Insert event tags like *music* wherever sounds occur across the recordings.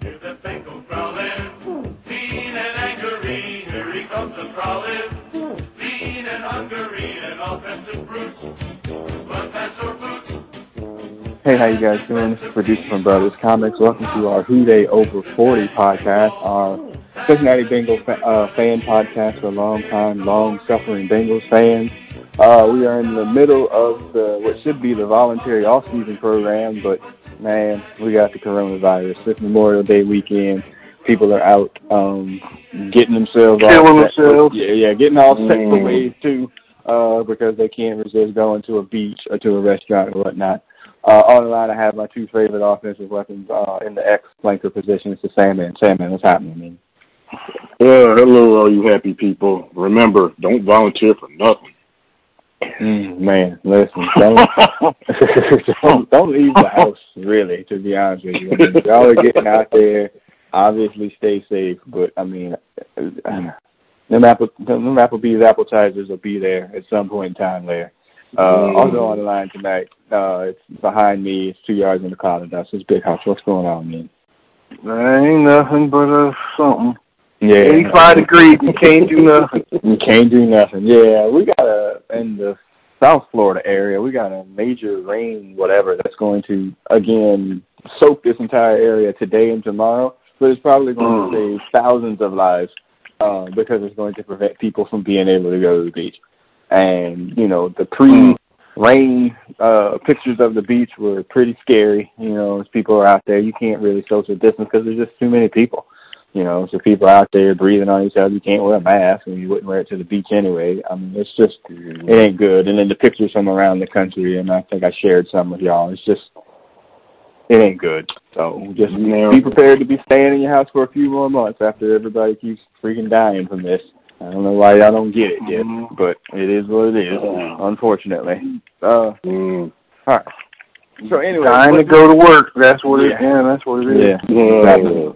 the Bengal growling. Lean and angry, here he comes a prowling. Lean and hungry and offensive brutes. But that's our boots. Hey, how you guys doing? This is producer from Brothers Comics. Welcome to our Who They Over 40 podcast, our Cincinnati Bengal fa- uh, fan podcast for long time, long suffering Bengals fans. Uh, we are in the middle of the what should be the voluntary off season program, but man, we got the coronavirus. This Memorial Day weekend, people are out um, getting themselves Killing set- themselves. Yeah, yeah, getting all set for Mm. ways too, uh, because they can't resist going to a beach or to a restaurant or whatnot. Uh, on the line, I have my two favorite offensive weapons uh, in the X flanker position. It's the Sandman. Sandman, what's happening, man? Yeah, hello, all you happy people. Remember, don't volunteer for nothing. Mm, man, listen, don't, *laughs* don't don't leave the house. Really, to be honest with you, I mean, y'all are getting out there. Obviously, stay safe, but I mean, *sighs* uh, them apple them Applebee's appetizers will be there at some point in time later. Uh, also on the line tonight, uh, it's behind me. It's two yards in the cloud of dust. It's Big House. What's going on, man? There ain't nothing but uh, something. Yeah, 85 degrees, you can't do *laughs* nothing. You can't do nothing. Yeah, we got a in the South Florida area. We got a major rain, whatever, that's going to again soak this entire area today and tomorrow. But it's probably going to save thousands of lives uh, because it's going to prevent people from being able to go to the beach. And you know, the pre-rain uh, pictures of the beach were pretty scary. You know, as people are out there, you can't really social distance because there's just too many people. You know, so people out there breathing on each other. You can't wear a mask, and you wouldn't wear it to the beach anyway. I mean, it's just it ain't good. And then the pictures from around the country, and I think I shared some with y'all. It's just it ain't good. So just No. be prepared to be staying in your house for a few more months after everybody keeps freaking dying from this. I don't know why y'all don't get it yet, Mhm. but it is what it is, unfortunately. Uh, Mm. all right. So anyway, Dying what- to go to work. That's what it. Yeah. Yeah, that's what it is. Yeah, exactly.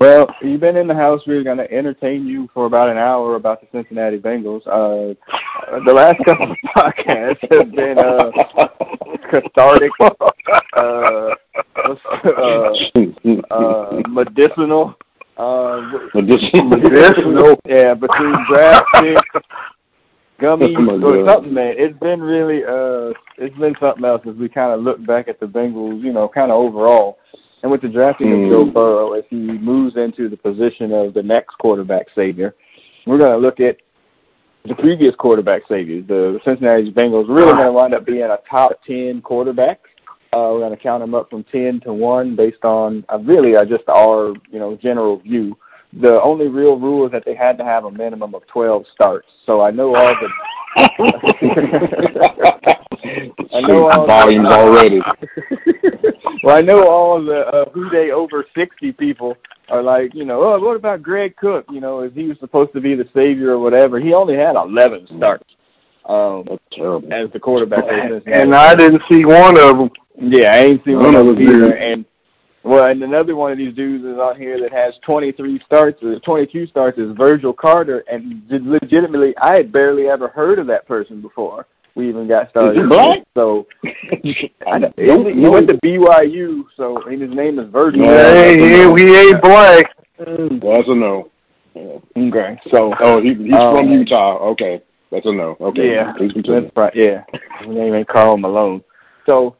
Well, you've been in the house. We're going to entertain you for about an hour about the Cincinnati Bengals. Uh, the last couple of *laughs* podcasts have been uh, cathartic, *laughs* uh, uh, uh, medicinal. Uh, Medicinal. Medicinal. yeah, between draft picks, gummy *laughs* Oh, my or God. something, man. It's been really uh it's been something else as we kinda look back at the Bengals, you know, kinda overall. And with the drafting Hmm. of Joe Burrow, if he moves into the position of the next quarterback savior, we're gonna look at the previous quarterback saviors. The Cincinnati Bengals really gonna wind up being a top ten quarterback. Uh, we're going to count them up from 10 to 1 based on uh, really uh, just our, you know, general view. The only real rule is that they had to have a minimum of 12 starts. So I know all the I know all- volumes already. *laughs* well, I know all the uh, who they over sixty people are like, you know, oh, what about Greg Cook? You know, is he was supposed to be the savior or whatever? He only had eleven starts um, That's terrible. as the quarterback. for Cincinnati. *laughs* And I didn't see one of them. yeah, I ain't seen one None of of those us did. either. And well, and another one of these dudes is on here that has twenty three starts or twenty two starts is Virgil Carter, and did- legitimately, I had barely ever heard of that person before. We even got started. he black? So I know. He, Don't he know. went to BYU, so and his name is Virgil. No, Hey, yeah, we ain't black. That's a no. Okay, so Oh, he, he's Um, from Utah. Okay. That's a no. Okay. yeah, Please continue. that's right. Yeah, his name ain't Carl Malone. So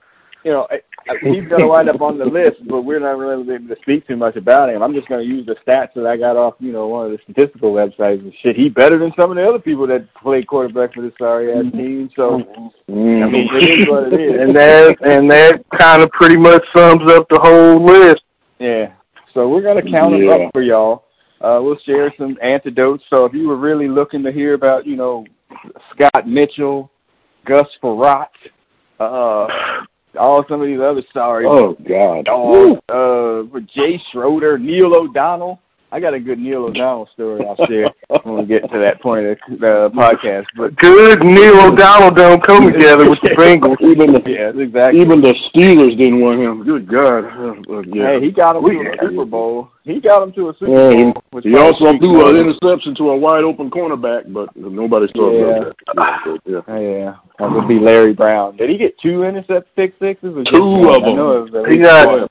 you know I, I, he's going to wind up on the list, but we're not really able to speak too much about him. I'm just going to use the stats that I got off you know one of the statistical websites and shit. He better than some of the other people that played quarterback for this sorry ass team. So I Mm. mean, it is what *laughs* it is. And that and that kind of pretty much sums up the whole list. Yeah. So we're gonna count them Yeah. up for y'all. Uh, we'll share some antidotes. So if you were really looking to hear about, you know, Scott Mitchell, Gus Farrat, uh, all some of these other sorry Oh, God. dogs, uh, Jay Schroeder, Neil O'Donnell. I got a good Neil O'Donnell story I'll share when we get to that point of the podcast. But Good Neil O'Donnell don't come together with the Bengals. *laughs* Even the, yeah, that's exactly. even the Steelers didn't want him. Good God. Uh, uh, yeah. Hey, he got him to Yeah. a Super Bowl. He got him to a Super Yeah, he- Bowl. which He also probably- threw an interception to a wide open cornerback, but nobody's talking about that. Yeah, but, yeah. Oh, Yeah, that would be Larry Brown. Did he get two intercept pick sixes? Or just Two of one? I know it was at He least got- one.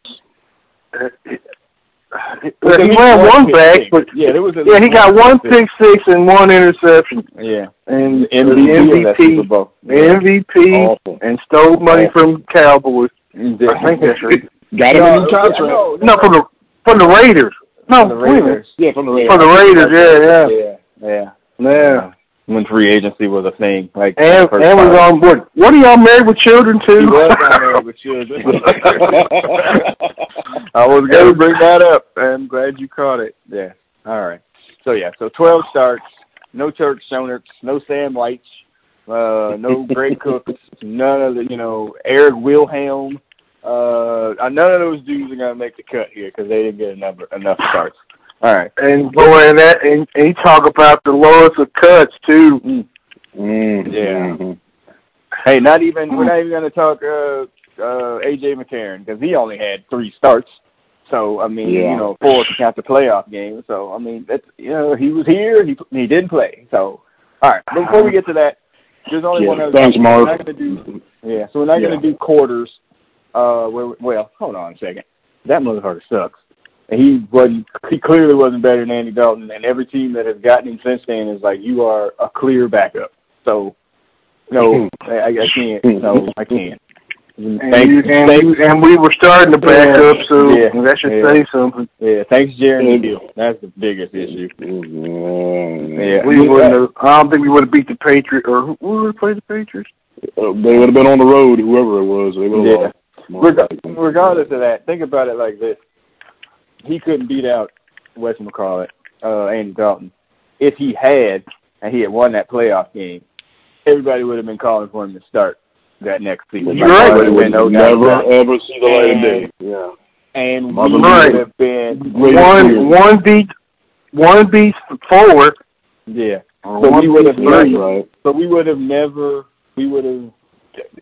There He was ran one pick back, six. but yeah, there was at yeah, he least got one pick six and one interception, Yeah, and MVP of that Super MVP, Bowl. MVP, Awful. and stole money from Cowboys. I think that's right. Got him a new contract. No, *laughs* No, from the from the Raiders. No, from the wait a minute. Raiders. Yeah, from the From the Raiders, yeah, yeah, Yeah, yeah. yeah. When free agency was a thing, like And, first and was time. on board. What are y'all married with children to? He was on there *laughs* with children. *laughs* *laughs* I was gonna bring that up. I'm glad you caught it. Yeah. All right. So yeah. So twelve starts. No Turk Shonerts. No Sam Leitch. Uh, no Greg Cooks. None of the you know Eric Wilhelm. Uh, uh, none of those dudes are gonna make the cut here because they didn't get a number enough starts. All right. And boy, and that and, and he talk about the lowest of cuts too. Mm-hmm. Mm, Yeah. mhm. Hey, not even Hmm. we're not even gonna talk uh, uh, AJ McCarron because he only had three starts. So I mean, Yeah. you know, four if you count the playoff game. So I mean, that's you know, he was here, he he didn't play. So all right, before we get to that, there's only one Yeah. other. Thanks, We're Marv. not gonna do yeah, so we're not going to do quarters. Uh, well, well, hold on a second. That motherfucker sucks. And he wasn't. He clearly wasn't better than Andy Dalton. And every team that has gotten him since then is like, you are a clear backup. So, Hmm. Oh. no, I, I I can't. No, I can't. And, Thank- you, and, thank- you, and we were starting to back Yeah. up, so Yeah. that should Yeah. say something. yeah, thanks, Jeremy. Thank you. That's the biggest issue. Mm-hmm. Mm, Yeah, We wouldn't. Have, I don't think we would have beat the Patriots, or who who would have played the Patriots? Uh, They would have been on the road, whoever it was. They would have Yeah. lost. Reg- regardless of that, think about it like this: he couldn't beat out Wes McCall, uh, Andy Dalton. If he had, and he had won that playoff game, everybody would have been calling for him to start that next season. You're Like, right. there They would would have been no doubt never, about it. ever see the light of day. And- Yeah. and we Mother Right. would have been, Great One, year. one beat, one beat four. yeah. Or So one we would have piece, that's three. right. But we would have never, we would have,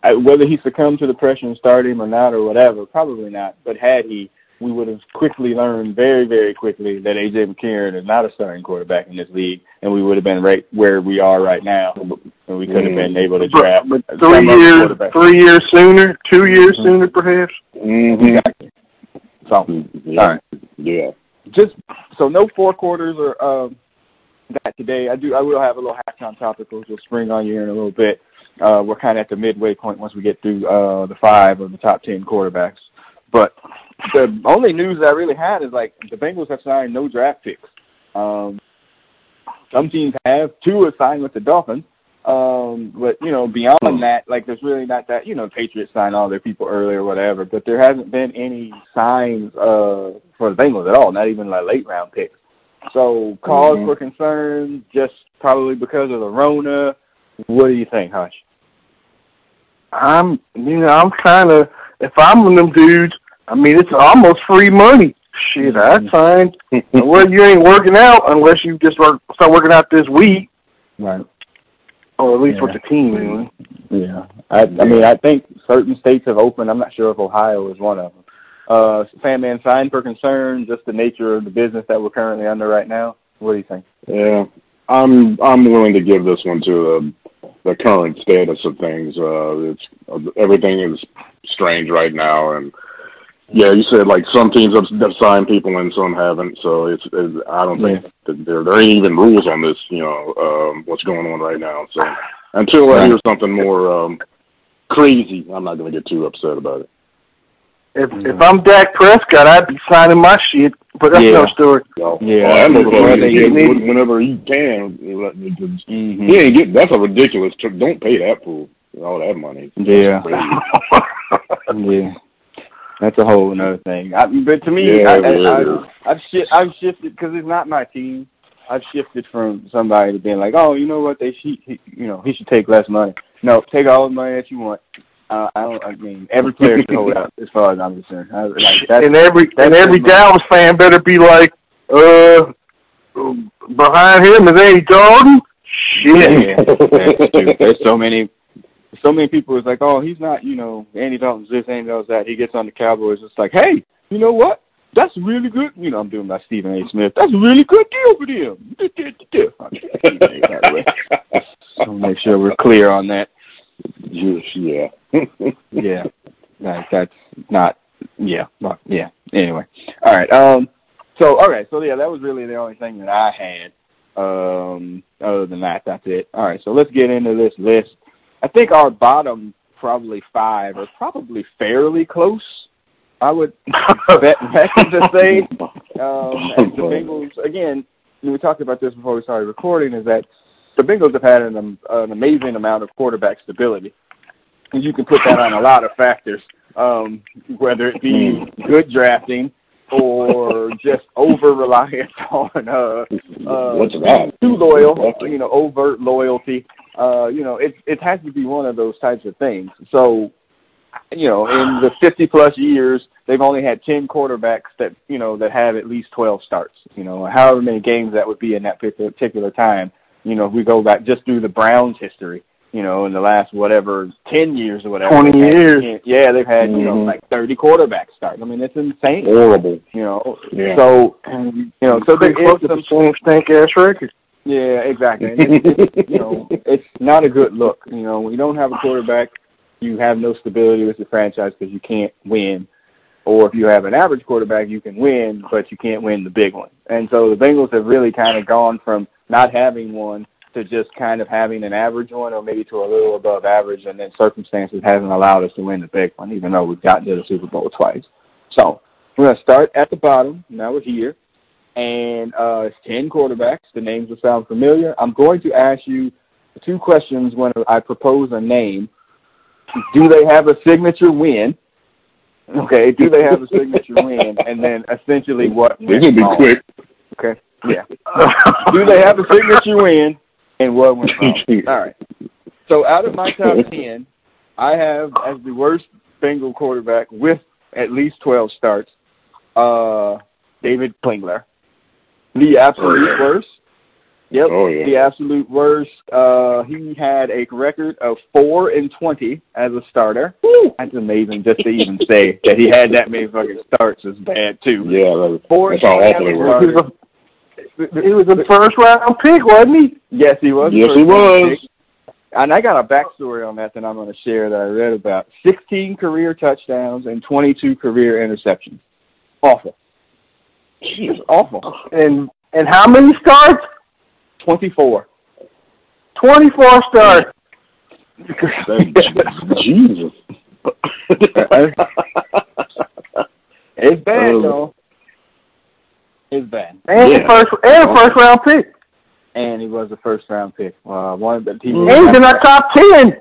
I- whether he succumbed to the pressure and started him or not or whatever, probably not. But had he, we would have quickly learned very, very quickly that AJ McCarron is not a starting quarterback in this league, and we would have been right where we are right now, and we could have been able to draft Mm. But, but some three other years, quarterback. three years sooner, two years Mhm. sooner, perhaps. Mm-hmm. So, Yeah. All right. Mm-hmm. Yeah. just so no four quarters or um that today. I do I will have a little halftime topic which will spring on you here in a little bit. Uh we're kinda at the midway point once we get through uh the five of the top ten quarterbacks. But the only news I really had is like the Bengals have signed no draft picks. Um some teams have two have signed with the Dolphins. Um, but you know, beyond that, like there's really not that you know, Patriots signed all their people early or whatever, but there hasn't been any signs uh for the Bengals at all, not even like late round picks. So cause Mhm. for concern just probably because of the Rona. What do you think, Hush? I'm, you know, I'm kind of. If I'm one of them dudes, I mean, it's almost free money. Shit, I Mhm. signed. well, you ain't working out unless you just work, start working out this week, Right. or at least with Yeah. the team. Anyway. Yeah. I I mean I think certain states have opened. I'm not sure if Ohio is one of them. Uh fan man signed for concern, just the nature of the business that we're currently under right now. What do you think? Yeah, I'm I'm willing to give this one to the the current status of things. Uh, it's everything is strange right now, and yeah, you said like some teams have, have signed people and some haven't. So it's, it's I don't think that there there ain't even rules on this. You know um, what's going on right now. So until I hear something more um, crazy, I'm not going to get too upset about it. If if I'm Dak Prescott, I'd be signing my shit, but that's Yeah. no story. So, Yeah, oh, that I think motherfucker they- can they- get wh- whenever he can. uh, Mm-hmm. He ain't get. That's a ridiculous trip. Don't pay that fool all that money. Yeah, *laughs* Crazy. yeah. That's a whole another thing. I, but to me, Yeah, I, I, it I, is. I've, shi I've shifted because it's not my team. I've shifted from somebody to being like, oh, you know what? They should, he, you know, he should take less money. No, take all the money that you want. Uh, I don't. I mean, every player should hold out, as far as I'm concerned. I, like, that's, and every that's and every his Dallas fan better be like, uh, behind him is Andy Dalton. *laughs* Shit. yeah, that's true. There's so many, so many people is like, oh, he's not, you know, Andy Dalton's this, Andy Dalton's that. He gets on the Cowboys, it's like, hey, you know what? That's really good. You know, I'm doing my Stephen A. Smith. That's a really good deal for them. *laughs* Du- du- du- du. I'm just Stephen A, by the way. Just wanna make sure we're clear on that. Yes, yeah. *laughs* Yeah, *laughs* Like, that's not. Yeah, well, yeah. Anyway, all right. Um, So okay, so yeah, that was really the only thing that I had. Um, other than that, that's it. All right, so let's get into this list. I think our bottom probably five are probably fairly close. I would *laughs* bet that's to *laughs* say. Um, and the Bengals again. We talked about this before we started recording. Is that the Bengals have had an, um, an amazing amount of quarterback stability, and you can put that on a lot of factors, um, whether it be good drafting or just over reliance *laughs* on uh, uh, What's that? too loyal, you know, overt loyalty. Uh, you know, it it has to be one of those types of things. So, you know, in the fifty plus years, they've only had ten quarterbacks that you know that have at least twelve starts. You know, however many games that would be in that partic- particular time. You know, if we go back just through the Browns' history, you know, in the last whatever ten years or whatever, 20 they've had years. Mm-hmm. 10 yeah, they've had you know Mhm. like thirty quarterback starts. I mean, it's insane. Horrible. You know, Yeah. so *clears throat* And you know, so there pretty is close to some the same stank ass record. yeah, exactly. *laughs* And it's, it's, you know, it's not a good look. You know, when you don't have a quarterback, you have no stability with your franchise because you can't win. Or if you have an average quarterback, you can win, but you can't win the big one. And so the Bengals have really kind of gone from not having one to just kind of having an average one, or maybe to a little above average, and then circumstances hasn't allowed us to win the big one, even though we've gotten to the Super Bowl twice. So we're gonna start at the bottom. Now we're here and uh, it's 10 quarterbacks. The names will sound familiar. I'm going to ask you two questions when I propose a name. Do they have a signature win? Okay, do they have a signature win? And then essentially what *laughs* This went will be wrong. quick. Okay, *laughs* yeah. Do they have a signature win? And what went *laughs* wrong? All right. So out of my top 10, I have as the worst Bengal quarterback with at least 12 starts, uh, David Klingler. The absolute Oh, yeah. worst. Yep. Oh, yeah. The absolute worst. Uh, he had a record of 4 and 20 as a starter. That's amazing just to even say that he had that many fucking starts is bad, too. Yeah, that, Four that's how and awful they He were. starters. was a, he was a first round pick, wasn't he? Yes, he was. Yes, he was. And I got a backstory on that that I'm going to share that I read about. 16 career touchdowns and 22 career interceptions. Awful. Jeez, awful. And and how many starts? 24. Twenty four starts. Thank Jesus. *laughs* It's bad, Oh. though. It's bad. And Yeah. first and a first round pick. And he was a first round pick. Uh, one of the he was- And he's in our top ten.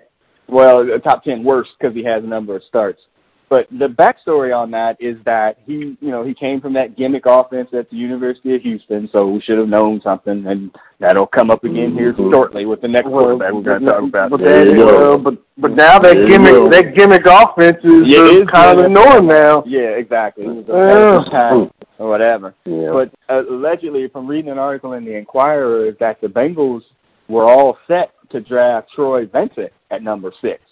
well, the top ten worst because he has a number of starts. But the backstory on that is that he, you know, he came from that gimmick offense at the University of Houston, so we should have known something, and that'll come up again here Mhm. shortly with the next quarterback we're going to talk about. But, There that, you go. well, but but now that There you go. gimmick that gimmick offense is Yeah, it *laughs* uh, is, kind of yeah. the norm now. Yeah, exactly. It was a Ugh. time or whatever. Yeah. But uh, allegedly, from reading an article in the Enquirer, is that the Bengals were all set to draft Troy Vincent at number six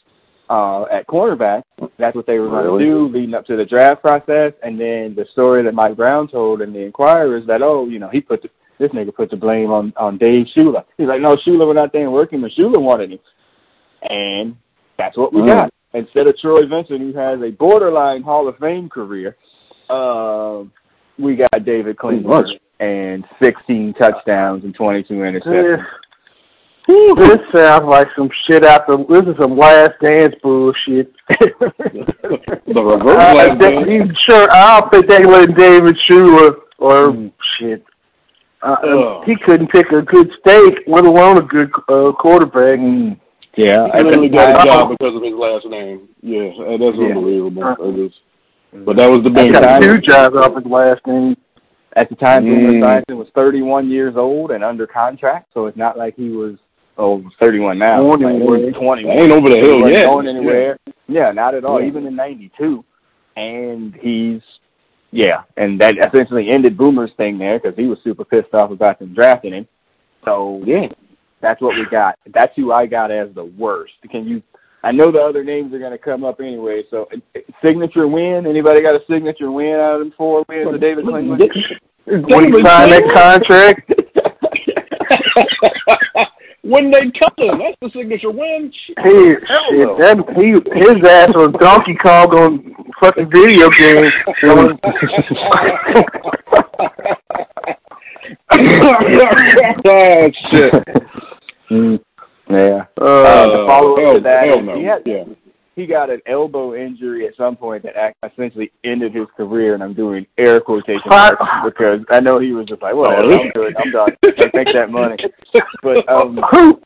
uh, at cornerback. That's what they were going Really? to do leading up to the draft process. And then the story that Mike Brown told in the Enquirer is that oh, you know, he put the, this nigga put the blame on on Dave Shula. He's like, no, Shula went out there and worked him, and Shula wanted him, and that's what we Mm. got. Instead of Troy Vincent, who has a borderline Hall of Fame career, um, we got David Klingler much. and 16 touchdowns and 22 interceptions. *laughs* Yeah. Whew, This sounds like some shit out the. This is some last dance bullshit. the *laughs* reverse I, I lap dance. think- you sure, I don't think they let David Shula or shit. Uh, Ugh. he couldn't pick a good steak, let alone a good uh, quarterback. Yeah, Uh, He literally got I- a job because of his last name. Yeah, Mm-hmm. uh, that's Yeah. unbelievable. Uh, That is- but that was the He big got two jobs off his last name. at the time, Boomer Mm. Esiason was 31 years old and under contract, so it's not like he was oh 31 now. Going Like, he was anywhere. 20. I ain't over the he hill wasn't yet. going *laughs* anywhere. Yeah, not at all. Yeah. Even in '92, and he's yeah, and that essentially ended Boomer's thing there because he was super pissed off about them drafting him. So yeah, that's what we got. That's who I got as the worst. Can you? I know the other names are going to come up anyway. So uh, signature win. Anybody got a signature win out of them four wins of David Klingler? When he signed that contract, *laughs* *laughs* when they cut him, that's the signature win. he, shit, that, he, his ass was Donkey Kong on fucking video games. oh shit! Mm, yeah. Uh, Uh, to follow up hell, to that, hell no. he had- yeah. he got an elbow injury at some point that act- essentially ended his career, and I'm doing air quotation marks because I know he was just like, "Well, Oh, I'm good, I'm done, Like, make *laughs* that money." But um, Who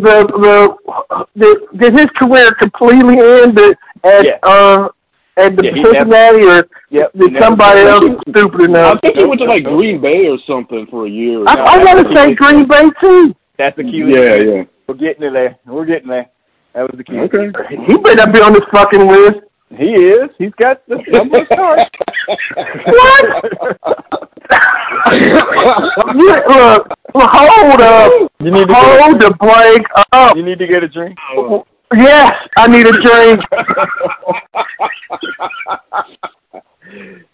the the did, did his career completely end at at, Yeah. uh at the Yeah, he Cincinnati or yep, did never- somebody else was stupid I enough? think he went to like Green Bay or something for a year. or Uh, I, I something. want to say Green Bay too. That's the key. Yeah, yeah. We're getting it there. We're getting there. That was the key. Okay. He better be on this fucking list. *laughs* He is. He's got the number of *laughs* *laughs* starts. you, look, look, hold up, You need to get hold the break a, up. you need to get a drink. Yes, I need *laughs* a drink.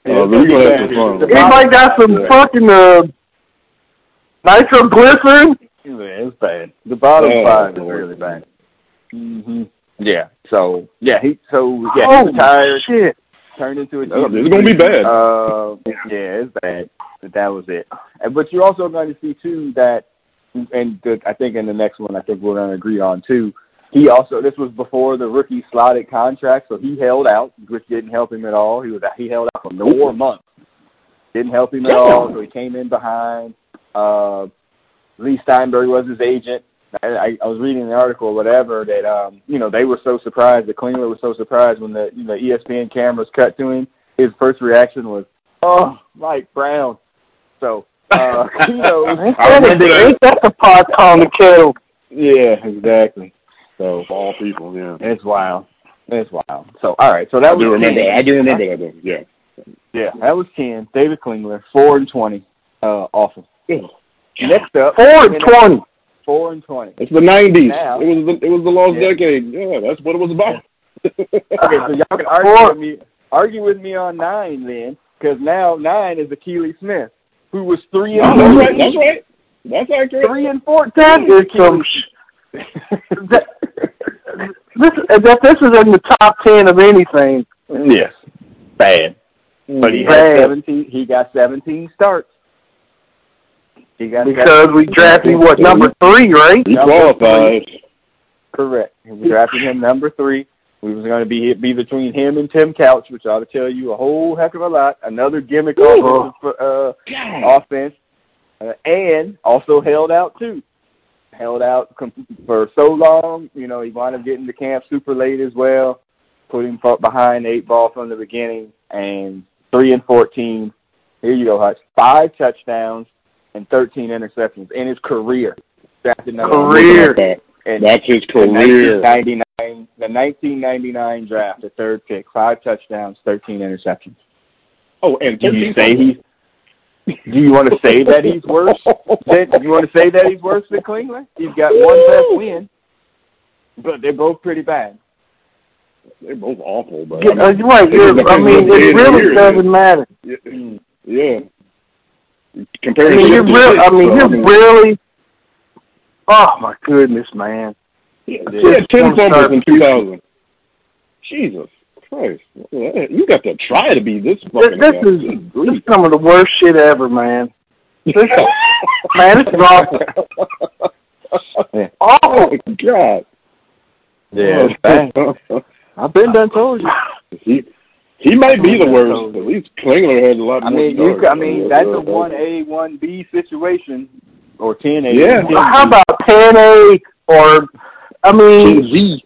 Oh, we're gonna have some fun. Anybody got some Yeah. fucking uh, nitroglycerin? Yeah, It's bad. The bottom Oh, five is Lord. really bad. hmm Yeah. So yeah, he so yeah he Mm-hmm. oh retired, shit! turned into a. Oh, TV. It's gonna be bad. *laughs* Uh, yeah, it's bad. But that was it. And- But you're also going to see too that, and the, I think in the next one, I think we're going to agree on too. He also this was before the rookie slotted contract, so he held out, which didn't help him at all. He was he held out for four months, didn't help him at all. So he came in behind. Uh, Lee Steinberg was his agent. I, I, I was reading an article, or whatever, that um, you know they were so surprised. The Klingler was so surprised when the you know E ESPN cameras cut to him. His first reaction was, "Oh, Mike Brown." So uh, *laughs* kudos. I remember that. Ain't that the pot on the kettle? *laughs* yeah, exactly. So Of all people, yeah. it's wild. It's wild. So all right. So that I do was remember that. I do remember I do, Yeah. yeah. That was ten. David Klingler, four and twenty. Uh, awful. Next up, Four and twenty. four and twenty. It's the nineties. Now- It was the, it was the lost Yeah. decade. Yeah, that's what it was about. *laughs* Okay, *laughs* so y'all can argue with me, argue with me on nine then, because now nine is Akili Smith, who was three and that's 14. right. That's right. That's accurate. three and fourteen. That is some. Sh- that, this that this is in the top ten of anything. *laughs* yes, bad. But he Bad. had seventeen. He got seventeen starts. He got Because we drafted what Yeah. number three, right? He uh, qualified. Correct. We drafted him number three. We was going to be be between him and Tim Couch, which ought to tell you a whole heck of a lot. Another gimmick offensive uh, offense, uh, and also held out too. Held out com- for so long, you know, he wound up getting to camp super late as well. Put him fo- behind the eight ball from the beginning, and three and fourteen. Here you go, Hutch. Five touchdowns and thirteen interceptions in his career. Drafted number one. Career. And That's his the career. 1999, the 1999 draft, the third pick, five touchdowns, 13 interceptions. Oh, and Do you 13 say he's? Do you want to say that he's *laughs* worse? than, you want to say that he's worse than Klingler? He's got one best win, but they're both pretty bad. They're both awful, but Yeah, uh, right. It was yeah, I like mean, a it dead really year. doesn't matter. yeah. yeah. I Compared mean, to you're real. I mean, you're really. Oh my goodness, man! He had ten fumbles in 2000. Jesus Christ! You got to try to be this This, fucking. this bad. is this is some of the worst shit ever, man. *laughs* This, man, this is awful. *laughs* Oh Awful. God! Oh, I've been done told you. *laughs* he he might be the worst. At least Klingler had a lot I more. mean, you. yards. I mean, that's a one A, one B situation, or ten A. Yeah. How about Panay or? I mean, Z.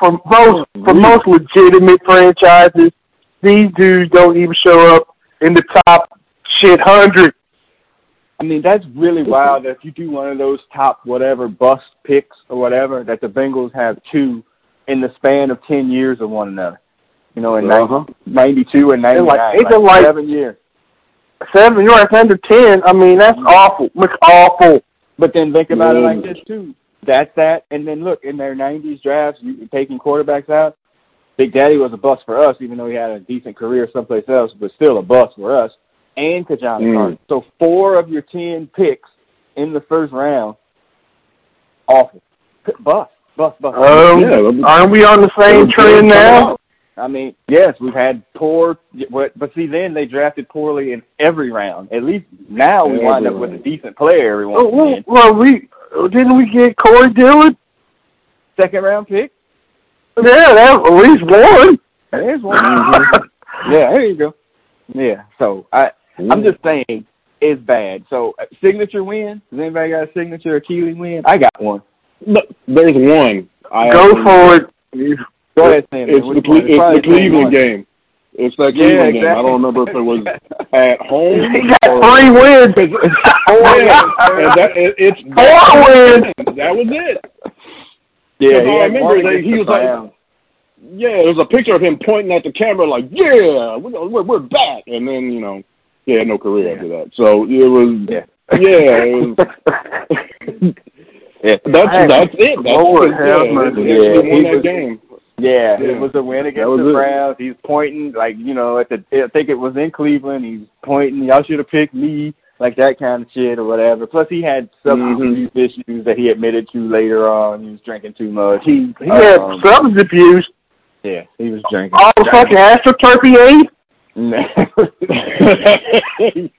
for most for most legitimate franchises, these dudes don't even show up in the top shit hundred. I mean, that's really wild. That if you do one of those top whatever bust picks or whatever, that the Bengals have two in the span of ten years of one another. You know, in Uh-huh. '92 and '99, like- like, it's been like- seven years. Seven, you're at under ten. I mean, that's awful. It's awful. But then think about it like Mm. this too. That's that, and then look in their '90s drafts, you, taking quarterbacks out. Big Daddy was a bust for us, even though he had a decent career someplace else, but still a bust for us. And Kajana Mm. Carter. So four of your ten picks in the first round, awful, bust, bust, bust. Um, Yeah, aren't we on the same trend now? I mean, yes, we've had poor, but but see, then they drafted poorly in every round. At least now we wind up with a decent player every once Oh, in a well, while. well, we didn't we get Corey Dillon? Second round pick. Yeah, that at least one. There's one. Mm-hmm. Mm-hmm. *laughs* yeah, there you go. Yeah, so I I'm just saying it's bad. So uh, signature win. Does anybody got a signature Keely win? I got one. But there's one. I Go for it. Go ahead, Sam. It's the, Cle- it's the Cleveland game. It's that Yeah, Cleveland game. I exactly. don't remember if *laughs* it was at home. He got or- *laughs* three wins. *laughs* Yeah, and that, it, *laughs* it's Four wins. That was it. Yeah, Because he I had remember one that against he the was like- Browns. Yeah, there was a picture of him pointing at the camera like, "Yeah, we're we're, we're back," and then you know, he had no career after that. So it was, *laughs* Yeah. *laughs* yeah, it was, yeah. that's that's it. That's Lord it. have yeah, mercy. they Yeah, actually won he that was- game. Yeah, Yeah. it was a win That against was the it. Browns. He's pointing like you know at the. I think it was in Cleveland. He's pointing. Y'all should have picked me, like that kind of shit or whatever. Plus, he had substance Mhm. use issues that he admitted to later on. He was drinking too much. He, He had um, substance abuse. yeah, he was *laughs* drinking. *laughs* All the fucking astroturfy ate. *laughs* *laughs*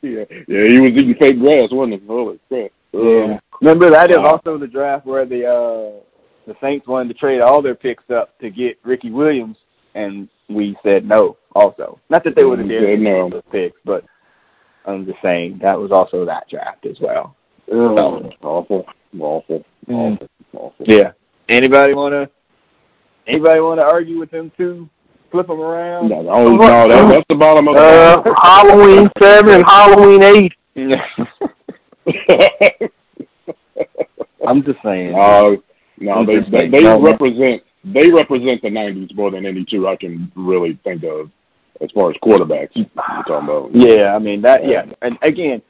yeah. yeah, he was eating fake grass, wasn't he? Holy crap! yeah. Remember that is Wow. also the draft where the uh the Saints wanted to trade all their picks up to get Ricky Williams, and we said no. Also, not that they would have We dared to said no. get those picks, but I'm just saying that was also that draft as well. Ugh, awful, awful, awful, awful. Oh. Mm. Yeah. Anybody wanna anybody wanna argue with them two? Flip them around. No, no, no, that, that's the bottom of the Uh, Halloween seven and Halloween eight. *laughs* I'm just *laughs* saying. No, Uh, no, I'm they Uh. just they, saying, they no, man. represent they represent the '90s more than any two I can really think of as far as quarterbacks. You're talking about Yeah, I mean that. Yeah, and again,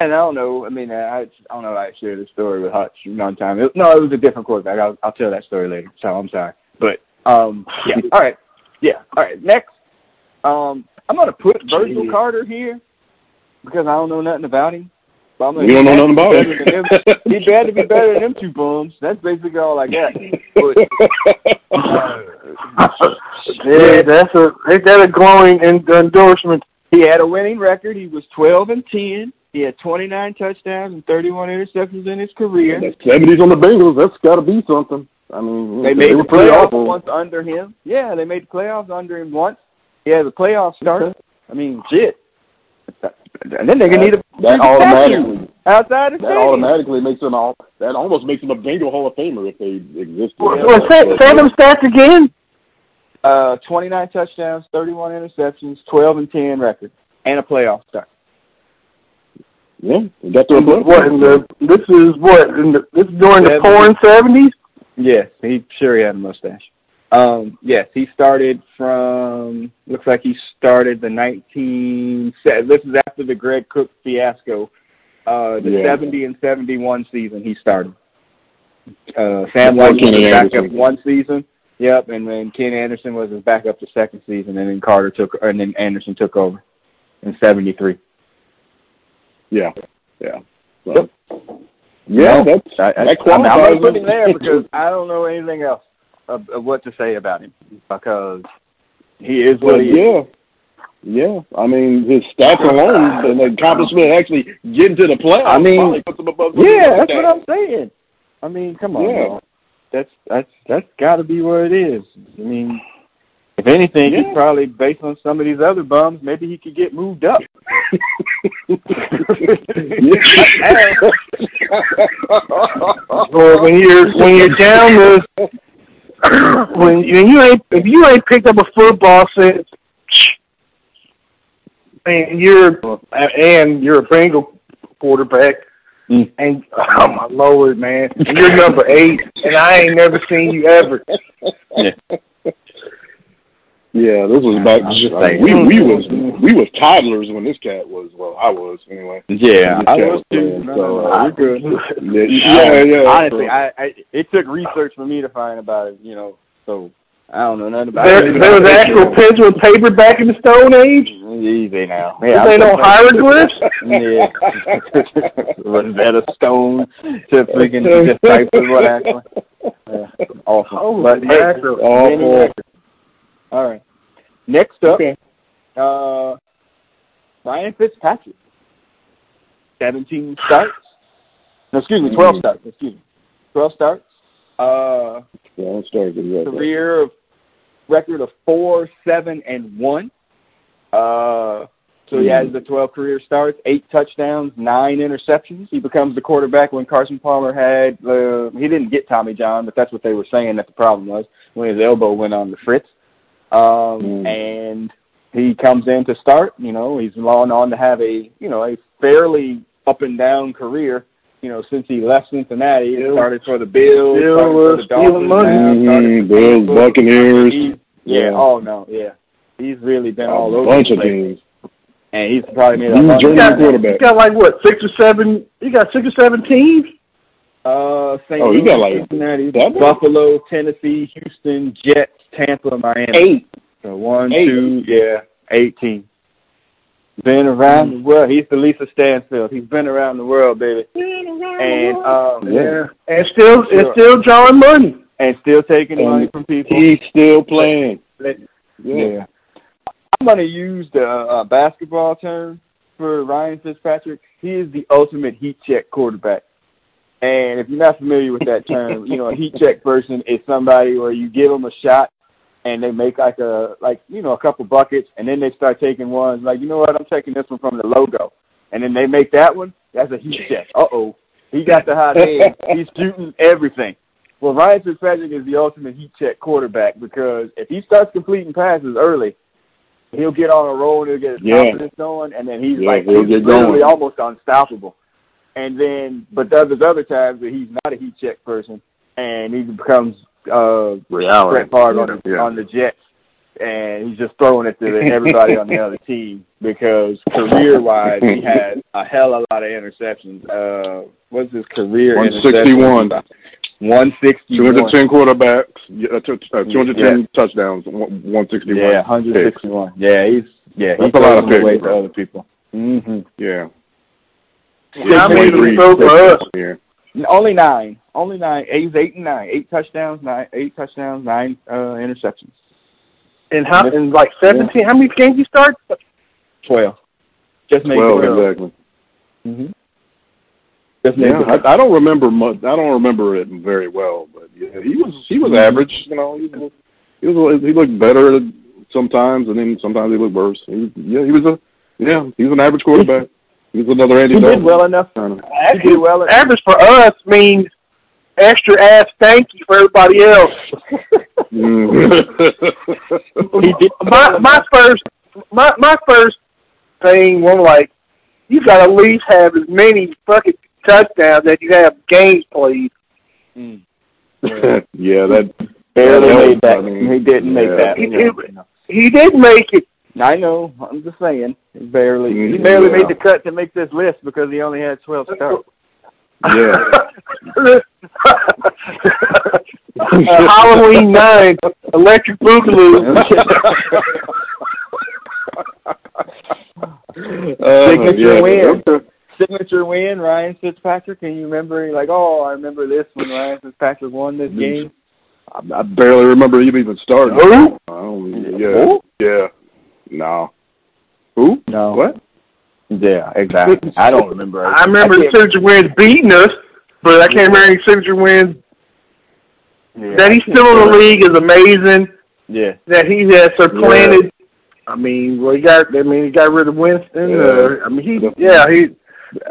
and I don't know. I mean, I, I don't know. if I shared the story with Hutch one time. It, no, it was a different quarterback. I'll, I'll tell that story later. So I'm sorry, but um, yeah. *laughs* All right, yeah. All right. Next, um, I'm gonna put Virgil Jeez. Carter here because I don't know nothing about him. But I'm gonna- we don't know nothing about it. Better than them- *laughs* He better be better than them two bums. That's basically all I got. But, yeah, that's a they got a glowing en- endorsement. He had a winning record. He was 12 and 10. He had 29 touchdowns and 31 interceptions in his career. The '70s on the Bengals. That's got to be something. I mean, They made were the pretty playoffs awful. once under him. Yeah, they made the playoffs under him once. He has a playoff start. I mean, shit. And then they can need a That automatically outside of that automatically makes him all that almost makes him a Bengal Hall of Famer if they exist. Well, say, say them stats again. Uh, 29 touchdowns, 31 interceptions, 12 and 10 record, and a playoff start. Yeah, they got their blood. What in uh, the? This is what in the? This is during the Seventies. porn seventies. Yes, he sure he had a mustache. Um, yes, he started from looks like he started the nineteen. se- This is after the Greg Cook fiasco. Uh, the Yeah. seventy and seventy one season he started. Uh, Sam Before White was Kenny his backup Anderson. one season. Yep, and then Ken Anderson was his backup the second season, and then Carter took, and then Anderson took over in seventy three. Yeah, yeah. So, Yep. Yeah, that's I, I, that I'm, I'm qualifies gonna put him there *laughs* because I don't know anything else of, of what to say about him because he is *laughs* Well, what he is. yeah, yeah. I mean, his stats alone, and the accomplishment of actually getting to the playoffs. I mean, probably puts him above Yeah, that's what I'm *laughs* saying. I mean, come on, Yeah. y'all. that's that's that's got to be what it is. I mean, if anything, Yeah. he's probably based on some of these other bums. Maybe he could get moved *laughs* up. *laughs* Or when you're when you're down this, *laughs* *coughs* when when you ain't if you ain't picked up a football since, *sniffs* and you're and you're a Bengal quarterback, Mm. and oh my lord, man, you're number eight, and I ain't never seen you ever. *laughs* Yeah, this was back. I'm just I saying. mean, we we was we was toddlers when this cat was. Well, I was anyway. Yeah, I Yeah, was too. so, uh, No, no, no, we're good. Yeah, yeah. yeah. Honestly, I, I it took research for me to find about it. You know, so I don't know nothing about There, it. there was actual pencil and paper back in the Stone Age. Easy now. This ain't no *laughs* hieroglyphs. Yeah. Rosetta Stone to freaking decipher what happened. Yeah. Awful. Oh, but hey, mackerel. many Awful. records. All right. Next up, Okay. uh, Ryan Fitzpatrick, seventeen starts. No, excuse me, twelve starts. Excuse me, twelve starts. Uh, Yeah, I'll start with that. career of record of four, seven, and one. Uh, so he has the 12 career starts, eight touchdowns, nine interceptions. He becomes the quarterback when Carson Palmer had uh, he didn't get Tommy John, but that's what they were saying that the problem was when his elbow went on the fritz. Um, And he comes in to start. You know, he's gone on to have a you know a fairly up and down career. You know, since he left Cincinnati, he started for the Bills, Still, started for uh, the Dolphins, stealing money. now started Mhm, Bills, Buccaneers, He's, yeah. Yeah. Oh no. Yeah. He's really been all a over bunch the of place, teams. and he's probably made a He's a bunch. journeyman got, quarterback. you got like what six or seven? You got six or seven teams. Uh, St. Oh, he Louis, got, like, Cincinnati, double? Buffalo, Tennessee, Houston, Jets, Tampa, Miami. Eight. So one, Eight. two, yeah, eighteen. Been around the world. He's the Lisa Stansfield. He's been around the world, baby. And um, and still and Sure. still drawing money. and still taking And money from people. He's still playing. Yeah. I'm going to use the uh, basketball term for Ryan Fitzpatrick. He is the ultimate heat check quarterback. And if you're not familiar with that term, you know, a heat check person is somebody where you give them a shot and they make like a like you know a couple buckets and then they start taking ones like you know what I'm taking this one from the logo and then they make that one that's a heat check. Uh oh, he got the hot hand. He's shooting everything. Well, Ryan Fitzpatrick is the ultimate heat check quarterback because if he starts completing passes early, he'll get on a roll and he'll get his Yeah. confidence going, and then he's Yeah, like he'll he's get literally going. almost unstoppable. And then, but there's other times that he's not a heat check person, and he becomes uh Reality. Brett Favre on, the Yeah. on the Jets, and he's just throwing it to *laughs* the- everybody on the other team because career-wise, he had a hell of a lot of interceptions. Uh, what's his career? 161. One sixty-one. 210 quarterbacks, yeah, uh, two- uh, 210 touchdowns, one- 161. Yeah, hundred picks. sixty-one. Yeah, he's yeah That's he's a lot of throwing away picks, to bro. other people. hmm Yeah. I mean, 23 so for us, picks, yeah. Only nine. Only nine. He's eight and nine. Eight touchdowns. Nine. Eight touchdowns. Nine uh, interceptions. and how and like seventeen? How many games you start? Twelve. Just made 12, twelve. exactly. hmm Just made Yeah, I, I don't remember much. I don't remember it very well, but yeah, he was he was Mm-hmm. average. You know, he was, he was he looked better sometimes, and then sometimes he looked worse. He, yeah, he was a yeah, he was an average quarterback. He was Mm. another Andy he did Dalton. well enough. Kind of. He did well enough. Average for us means extra ass thank you for everybody else. Mm-hmm. Mm-hmm. *laughs* Mm. He did. my my first my my first thing was like you gotta at least have as many fucking touchdowns that you have games played. *laughs* yeah, that Mm. barely Yeah, made that. I mean, he didn't make yeah. that. Mm-hmm. He, he, he did make it. I know. I'm just saying. He barely. He Mhm. barely Yeah. made the cut to make this list because he only had 12 starts. yeah. *laughs* *laughs* Uh, Halloween *laughs* nine, *laughs* electric boogaloo. Uh, Signature yeah, win. Signature win, Ryan Fitzpatrick. And you remember, like, oh, I remember this when Ryan Fitzpatrick won Mm-hmm. this game. I, I barely remember him even starting. Who? I don't, yeah, yeah, no. Who? No. What? Yeah, exactly. I don't *laughs* remember. I remember Signature Wins beating us, but I can't remember any Signature Wins. Yeah. That he's still in the league is amazing. Yeah. That he has supplanted. I mean, well, he got. I mean, he got rid of Winston. Uh, I mean, he. Yeah, he.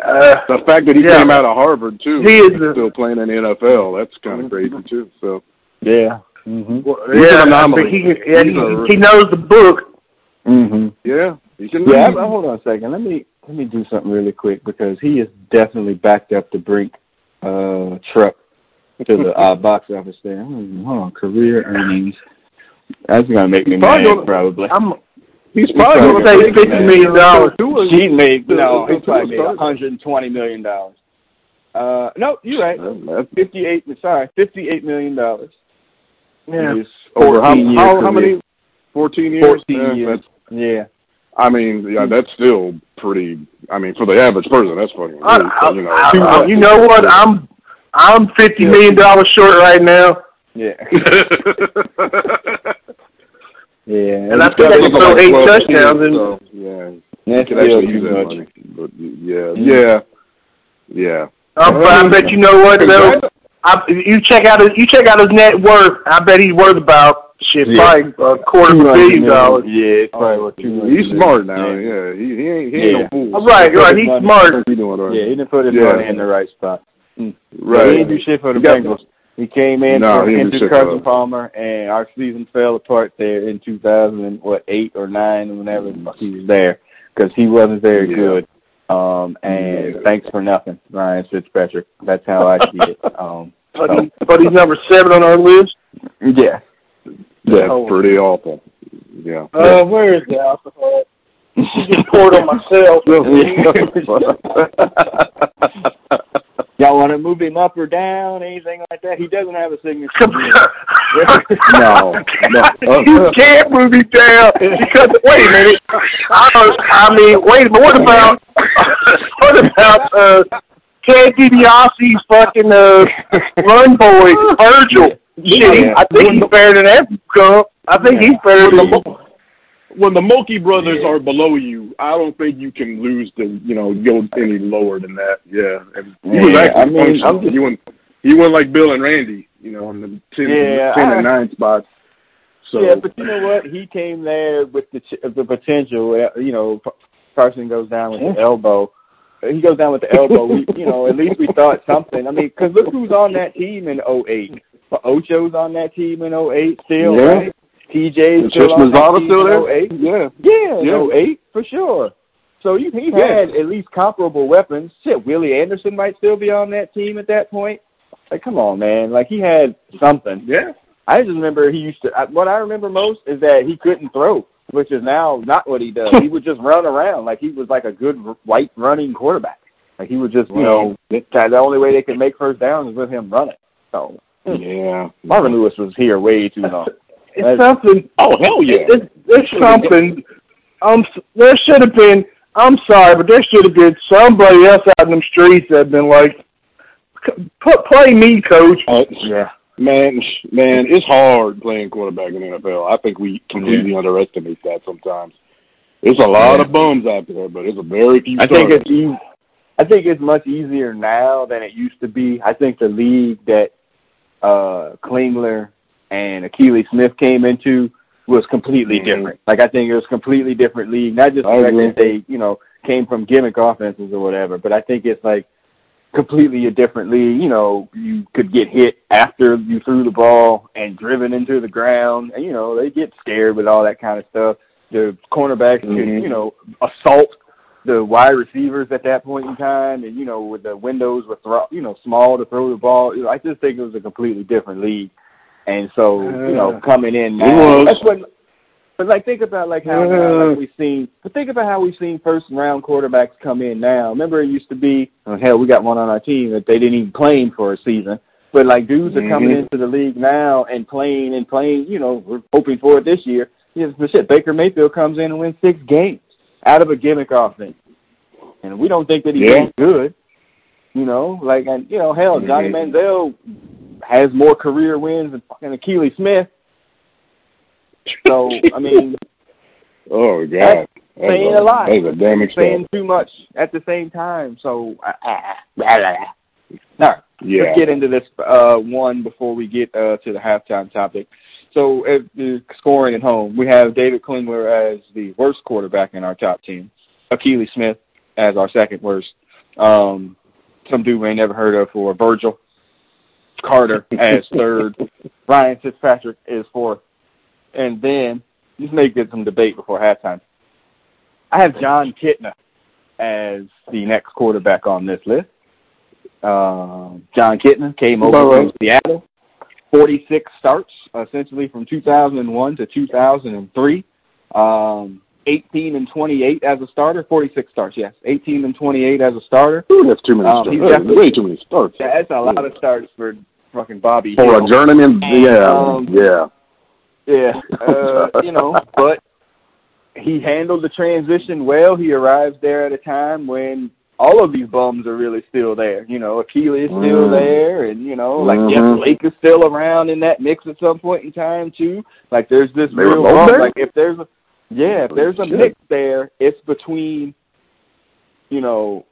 Uh, The fact that he Yeah. came out of Harvard too, He is and a- still playing in the NFL. That's kind of crazy too. So Yeah. Mm-hmm. Mhm. well, He's yeah, an anomaly. I mean, he, yeah, he, He's a- he knows the book. Mm-hmm. Mhm. yeah, he can. Yeah, I- I- hold on a second. Let me let me do something really quick because he is definitely backed up the brink uh, truck to *laughs* the uh, box office there. Hmm, Hold on, career earnings. That's gonna make me Probably mad, gonna- probably. I'm he's probably probably gonna say fifty million dollars. She made no, the- he probably the- made 120 million dollars. Uh, no, you're right. That's 58. Sorry, 58 million dollars. Yeah, He's over how, 14 year how, how career. many? Fourteen years. 14 Yeah, years. Mm-hmm. That's, Yeah. I mean, yeah, that's still pretty. I mean, for the average person, that's fucking. I, weird, I, you know, *laughs* I, I, *laughs* you know what? I'm I'm *laughs* fifty million dollars short right now. Yeah. Yeah, And I think Yeah, they it can was throw like eight 12 touchdowns teams, and so, yeah, that's could still actually too use that much. Mm-hmm. money. But yeah, Yeah. yeah, yeah. I'm, I bet you know what though. I, you check out his you check out his net worth. I bet he's worth about shit Yeah. probably a quarter of a billion dollars. Yeah, it's probably worth two hundred Oh, He's million. smart now. Yeah, Yeah, he, he ain't he ain't Yeah. no fool. All right, right. He's smart. He doing all yeah right. he didn't put his Yeah. money in the right spot. Right. He didn't do shit for the He got- Bengals. He came in No, for, he didn't into do shit Carson for us. Palmer, and our season fell apart there in 2000, what eight or nine, whenever the fuck he was there, because he wasn't very Mm. Yeah. good. Um, and Yeah. thanks for nothing, Ryan Fitzpatrick. That's how I see *laughs* it. Um, But, he, but he's number seven on our list. *laughs* yeah. That's pretty awful. Yeah. Uh, where is the alcohol? Just poured on *laughs* myself. Y'all want to move him up or down, anything like that? He doesn't have a signature. *laughs* No, no. *laughs* Uh-huh. you can't move me down because wait a minute. I, was- I mean, wait a minute. What about *laughs* what about uh, Ted DiBiase's fucking uh, run boy Virgil? Shit, Yeah. I think he's better than that. Girl. I think he's better *laughs* than the. When the Mulkey brothers are below you, I don't think you can lose to you know go any lower than that. Yeah, and you was Yeah, actually I mean, I'm functional. just- you went you went like Bill and Randy, you know, in the ten, Yeah, ten I- and nine spots. So yeah, but you know what? He came there with the ch- the potential. uh, You know, P- Carson goes down with the elbow. Uh, He goes down with the elbow. We, you know, at least we thought something. I mean, because look who's on that team in '08. Ocho's on that team in '08 still, Yeah. right? TJ's Is still on that Masada team still in there? 08. Yeah. Yeah, Yeah. in 08 for sure. So you, he Yeah. had at least comparable weapons. Shit, Willie Anderson might still be on that team at that point. Like, come on, man. Like, he had something. yeah, I just remember he used to. I, what I remember most is that he couldn't throw, which is now not what he does. he would just run around like he was like a good r- white running quarterback. Like he would just, you know, that- the only way they could make first down is with him running. So Yeah. Marvin Lewis was here way too long. It's something. Oh hell yeah! It's, it's something. Um, there should have been. I'm sorry, but there should have been somebody else out in them streets that had been like, "C- put play me, coach. Oh, Uh, Yeah, man, man, it's hard playing quarterback in the NFL. I think we completely underestimate that sometimes. It's a lot Yeah. of bums out there, but it's a very few. I think starters. it's easy. I think it's much easier now than it used to be. I think the league that uh Klingler and Achilles Smith came into was completely Mhm. different. Like I think it was completely different league. Not just I the fact agree. that they, you know, came from gimmick offenses or whatever, but I think it's like completely a different league. You know, you could get hit after you threw the ball and driven into the ground and you know, they get scared with all that kind of stuff. The cornerbacks Mhm. could, you know, assault the wide receivers at that point in time, and you know, with the windows were thro- you know small to throw the ball. You know, I just think it was a completely different league, and so you know, coming in It now, was. that's what. But like, think about like how now, Yeah. like we've seen. But think about how we've seen first round quarterbacks come in now. Remember, it used to be oh, hell, we got one on our team that they didn't even claim for a season. But like dudes are coming Mhm. into the league now and playing and playing. You know, we're hoping for it this year. Yeah, but shit, Baker Mayfield comes in and wins six games out of a gimmick offense, and we don't think that he's Yeah. good. You know, like and you know, hell, Johnny Mhm. Manziel has more career wins than fucking Achilles Smith. So I mean, Oh God, That's That's saying a lot. That's a damn saying extent. too much at the same time. So I, I, blah, blah, blah. all right, Yeah. let's get into this uh, one before we get uh, to the halftime topic. So uh, the scoring at home, we have David Klingler as the worst quarterback in our top ten, Achilles Smith as our second worst, um, some dude we ain't never heard of for Virgil, Carter as third, Ryan Fitzpatrick is fourth, and then this may get some debate before halftime. I have John Kitna as the next quarterback on this list. Uh, John Kitna came over Burrow. from Seattle, 46 starts essentially from 2001 to 2003. Um, 18 and 28 as a starter, 46 starts, yes. 18 and 28 as a starter. Ooh, that's too many Um, he's starts. definitely- Way too many starts. That's a lot of starts for fucking Bobby. For Hill. a journeyman, yeah, Um, yeah. Yeah, uh, you know, but he handled the transition well. He arrived there at a time when all of these bums are really still there. You know, Akilah is still Mhm. there, and you know, oh, like Mhm. Jeff Lake is still around in that mix at some point in time too. Like there's this They were real both bump. there? Like if there's a yeah, if there's a Shit. mix there, it's between you know,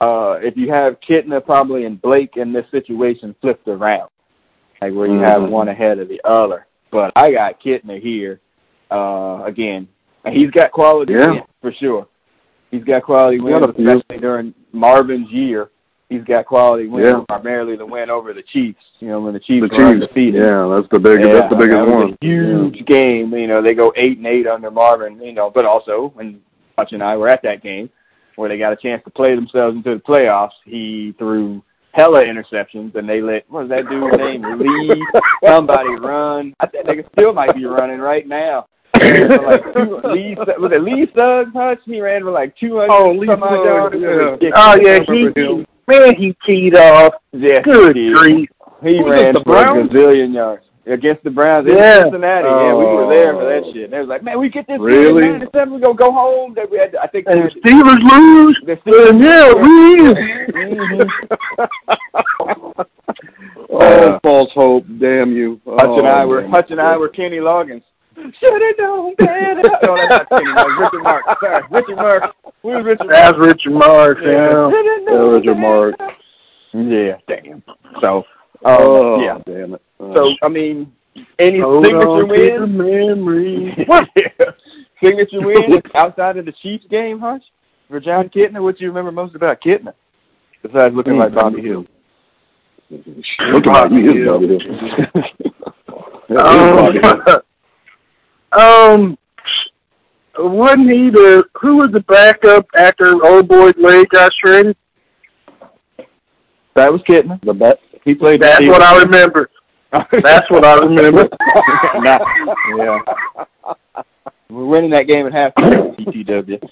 uh if you have Kitna probably and Blake in this situation flipped around. Like where you have Mhm. one ahead of the other. But I got Kitna here, uh, again. And he's got quality Yeah. wins, for sure. He's got quality wins, got a few. especially during Marvin's year. He's got quality wins, Yeah. primarily the win over the Chiefs. You know, when the Chiefs The were Chiefs. undefeated. Yeah, that's the big. that's the I mean, biggest that was a one. huge game. You know, they go eight and eight under Marvin. You know, but also when Hutch and I were at that game, where they got a chance to play themselves into the playoffs, he threw hella interceptions, and they let what was that dude's name? Lee *laughs* somebody run. I think they still might be running right now. For like two, Lee, was it Lee Suggs? Hutch? He ran for like two hundred. Oh, Lee some odd Suggs, yards. It was yeah. ridiculous. Oh yeah, he, remember him. man, he teed off. Yes, Good he did. grief. He Who was ran this, the for a Browns? gazillion yards against the Browns Yeah. in Cincinnati. Yeah, we were there for that Oh. shit. And they was like, "Man, we get this Really? win in '97. We gonna go home." That we had, to, I think, And the Steelers lose. the And yeah, we Mhm. oh, false hope! Damn you! *laughs* Hutch and Oh, I were man. Hutch and I were Kenny Loggins. Should have known better. *laughs* no, that's not Kenny Loggins. Richard Mark. Sorry, Richard Mark. We was Richard. Mark. That's Richard Marks, yeah. Shoulda Yeah, known Richard Mark. Yeah, damn. So, um, Oh, yeah. damn it! Oh. So I mean, any Hold signature on to wins? the memory. *laughs* Yeah. *laughs* Signature win outside of the Chiefs game, Hush? For John Kitna, what do you remember most about Kitna? Besides looking like Bobby Hill. Look at me, he's Bobby Hill. Yeah, he's Bobby Hill. *laughs* Um, um, wasn't he the who was the backup after old boy leg got shredded? That was Kitna. The back. He played That's what I remember. *laughs* That's what I remember. Nah, yeah. We're winning that game at *laughs* halftime, TTW.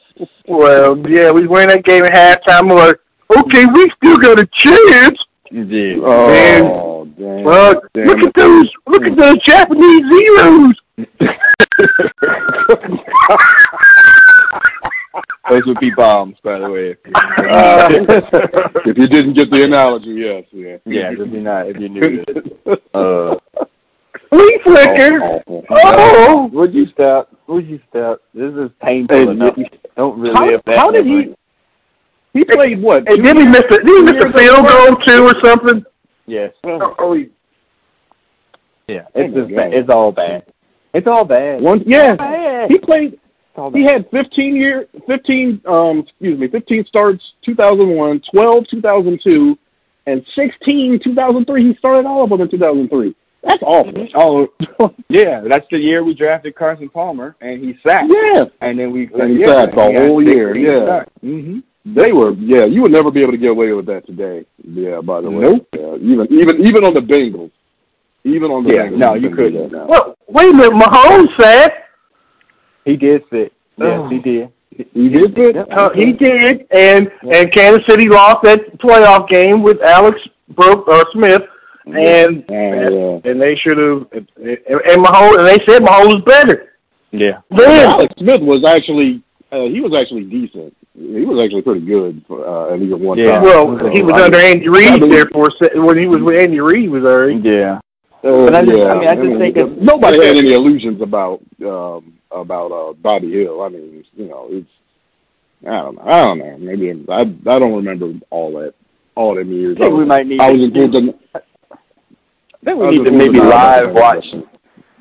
Well, yeah, we win that game at halftime. We're like, okay, we still got a chance. Yeah. *laughs* Oh, damn. Well, damn look it. at *laughs* those, look at those Japanese zeros. Those would be bombs, by the way. *laughs* Uh, if you didn't get the analogy, yes, yeah. Yeah, if you're not, if you're new to it. Uh, We flicker. Awful. Oh, would you stop? Would you stop? This is painful Hey, enough. Don't relive how, that. how did memory. he? He played what? and then he missed a, did he miss a field goal too or something? Yes. Mm-hmm. Oh, he Yeah. It's just my bad. God. It's all bad. It's all bad. One, yeah, Bad. he played. It's all bad. He had 15 year, 15, um, excuse me, 15 starts 2001, 12 2002, and 16 2003. He started all of them in 2003. That's awful. Oh yeah, that's the year we drafted Carson Palmer, and he sacked. Yeah, And then we And he yeah, sacked the he got whole year, 16 yeah. sacks. Mhm. They were, yeah. You would never be able to get away with that today. Yeah, by the way, Nope. Yeah, even even even on the Bengals, even on the Yeah, Bengals, no, you you couldn't do couldn't. that now. Well, wait a minute, Mahomes said He did sit. Yes, Oh. he did. You did good. uh, he Mm-hmm. did, and and Kansas City lost that playoff game with Alex Broke or Smith, and Yeah, and they should have and, and Mahomes and they said Mahomes was better. Yeah. Then Alex Smith was actually uh, he was actually decent. He was actually pretty good for, uh, at even one Yeah. time. well, he was I under Andy I Reid mean- there for a se- when he was with Andy Reid was already. Yeah. Uh, But I just- I mean, I just think it's- nobody had any illusions about um, about uh, Bobby Hill. I mean, you know, it's I don't know. I don't know. Maybe I I don't remember all that all them years. I think we might need I was to- in Cleveland. I think I we was need to in maybe Cleveland. live watch.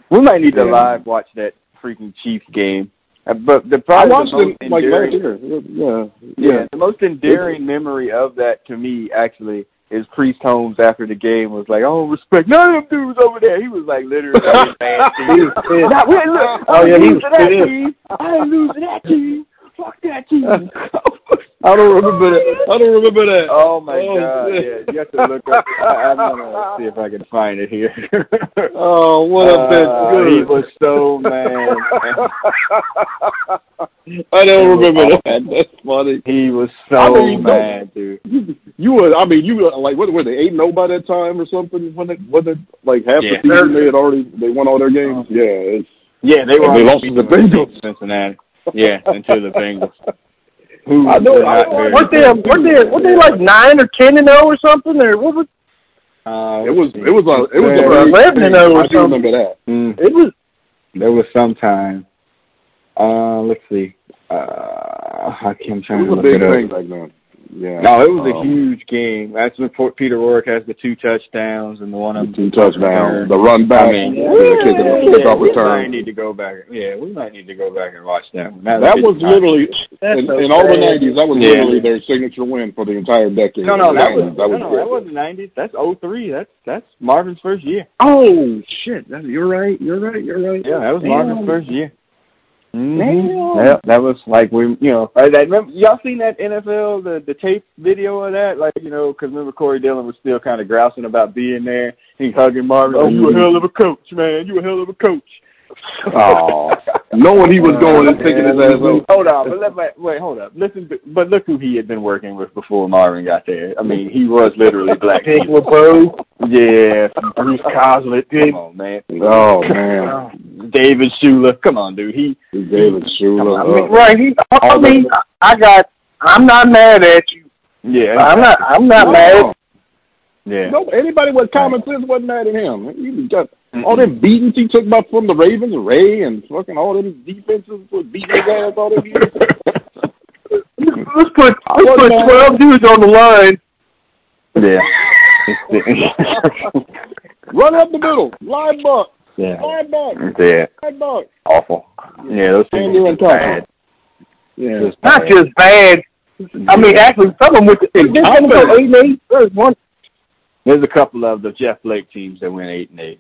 We might need to Yeah. live watch that freaking Chiefs game. Uh, But the I problem watched it like last year. Yeah, Yeah, yeah. the most endearing memory of that to me actually is Priest Holmes after the game was like, "Oh, respect none of them dudes over there." He was like *laughs* literally nasty. He was pissed. Nah, wait, look, Oh, I yeah, he lose was to that pissed. team. I ain't lose to that team. Fuck that team. *laughs* I don't remember that. I don't remember that. Oh my Oh, god! shit. Yeah, you have to look up. I, I'm gonna see if I can find it here. *laughs* Oh, what a Uh, bit good. He was so mad. *laughs* I don't He was remember awful. that. That's funny. he was *laughs* I so mean, no. mad, dude. You, you were, I mean, you were like, what were they eight and zero by that time or something? When it, when it, like half Yeah. Uh-huh. the season they had already they won all their games. yeah, it's *laughs* Yeah, they were And they on lost to the beat Bengals. Cincinnati. Yeah, and to the Bengals. Who I know- were I- not very Weren't they, good. weren't they, weren't they like 9 or 10 and 0 or something? Or what was, Uh, It was it was a it was Yeah. a or very- 11 and 0 or I do something? remember that. mm, It was, there was some time. Uh, let's see. Uh, I can't It try to was a look big it up. thing back then. Yeah. No, it was a Um, huge game. That's when Fort Peter Rourke has the two touchdowns and the one on two touchdowns, the run back, I mean, and the kick and the kickoff we might return. need to go back. Yeah, we might need to go back and watch that one. That, That was literally that's in, so in all the crazy. nineties. That was Yeah. literally their signature win for the entire decade. No, no, that That was that was no, no, great. that wasn't nineties. That's oh three. That's that's Marvin's first year. Oh shit! That, you're right. You're right. You're right. Yeah, that was Damn. Marvin's first year. Mm-hmm. Damn. Yeah, that was like we, you know, I, that, remember, y'all seen that NFL the the tape video of that? Like, you know, because remember Corey Dillon was still kind of grousing about being there. He's hugging Marvin. Oh, you a hell of a coach, man. You a hell of a coach. Aw. *laughs* Knowing he was going and taking his ass out. Hold on, but let, but wait, hold up. Listen, but- but look who he had been working with before Marvin got there. I mean, he was literally black. Big Jesus. LeBeau. yeah, Bruce Coslett. Come on, man. Oh *laughs* man, David Shula. Come on, dude. He David Shula. I I mean, uh, right. He, I All the- mean, I got, I'm not mad at you. yeah I'm not, I'm not Oh, mad. yeah. No, anybody with common sense wasn't mad at him. He got all them beatings he took by from the Ravens, Ray, and fucking all them defenses was beating his ass all them years. Let's let's put, I let's wasn't put mad. 12 dudes on the line. *laughs* yeah. *laughs* Run up the middle, live buck, yeah. live buck, Yeah. live buck. Awful. Yeah, those And things you are in just bad. trouble. Yeah. Just Not bad. just bad. I mean, actually, some of them went to I some of know. them eight and eight. There's one. there's a couple of the Jeff Blake teams that went eight and eight.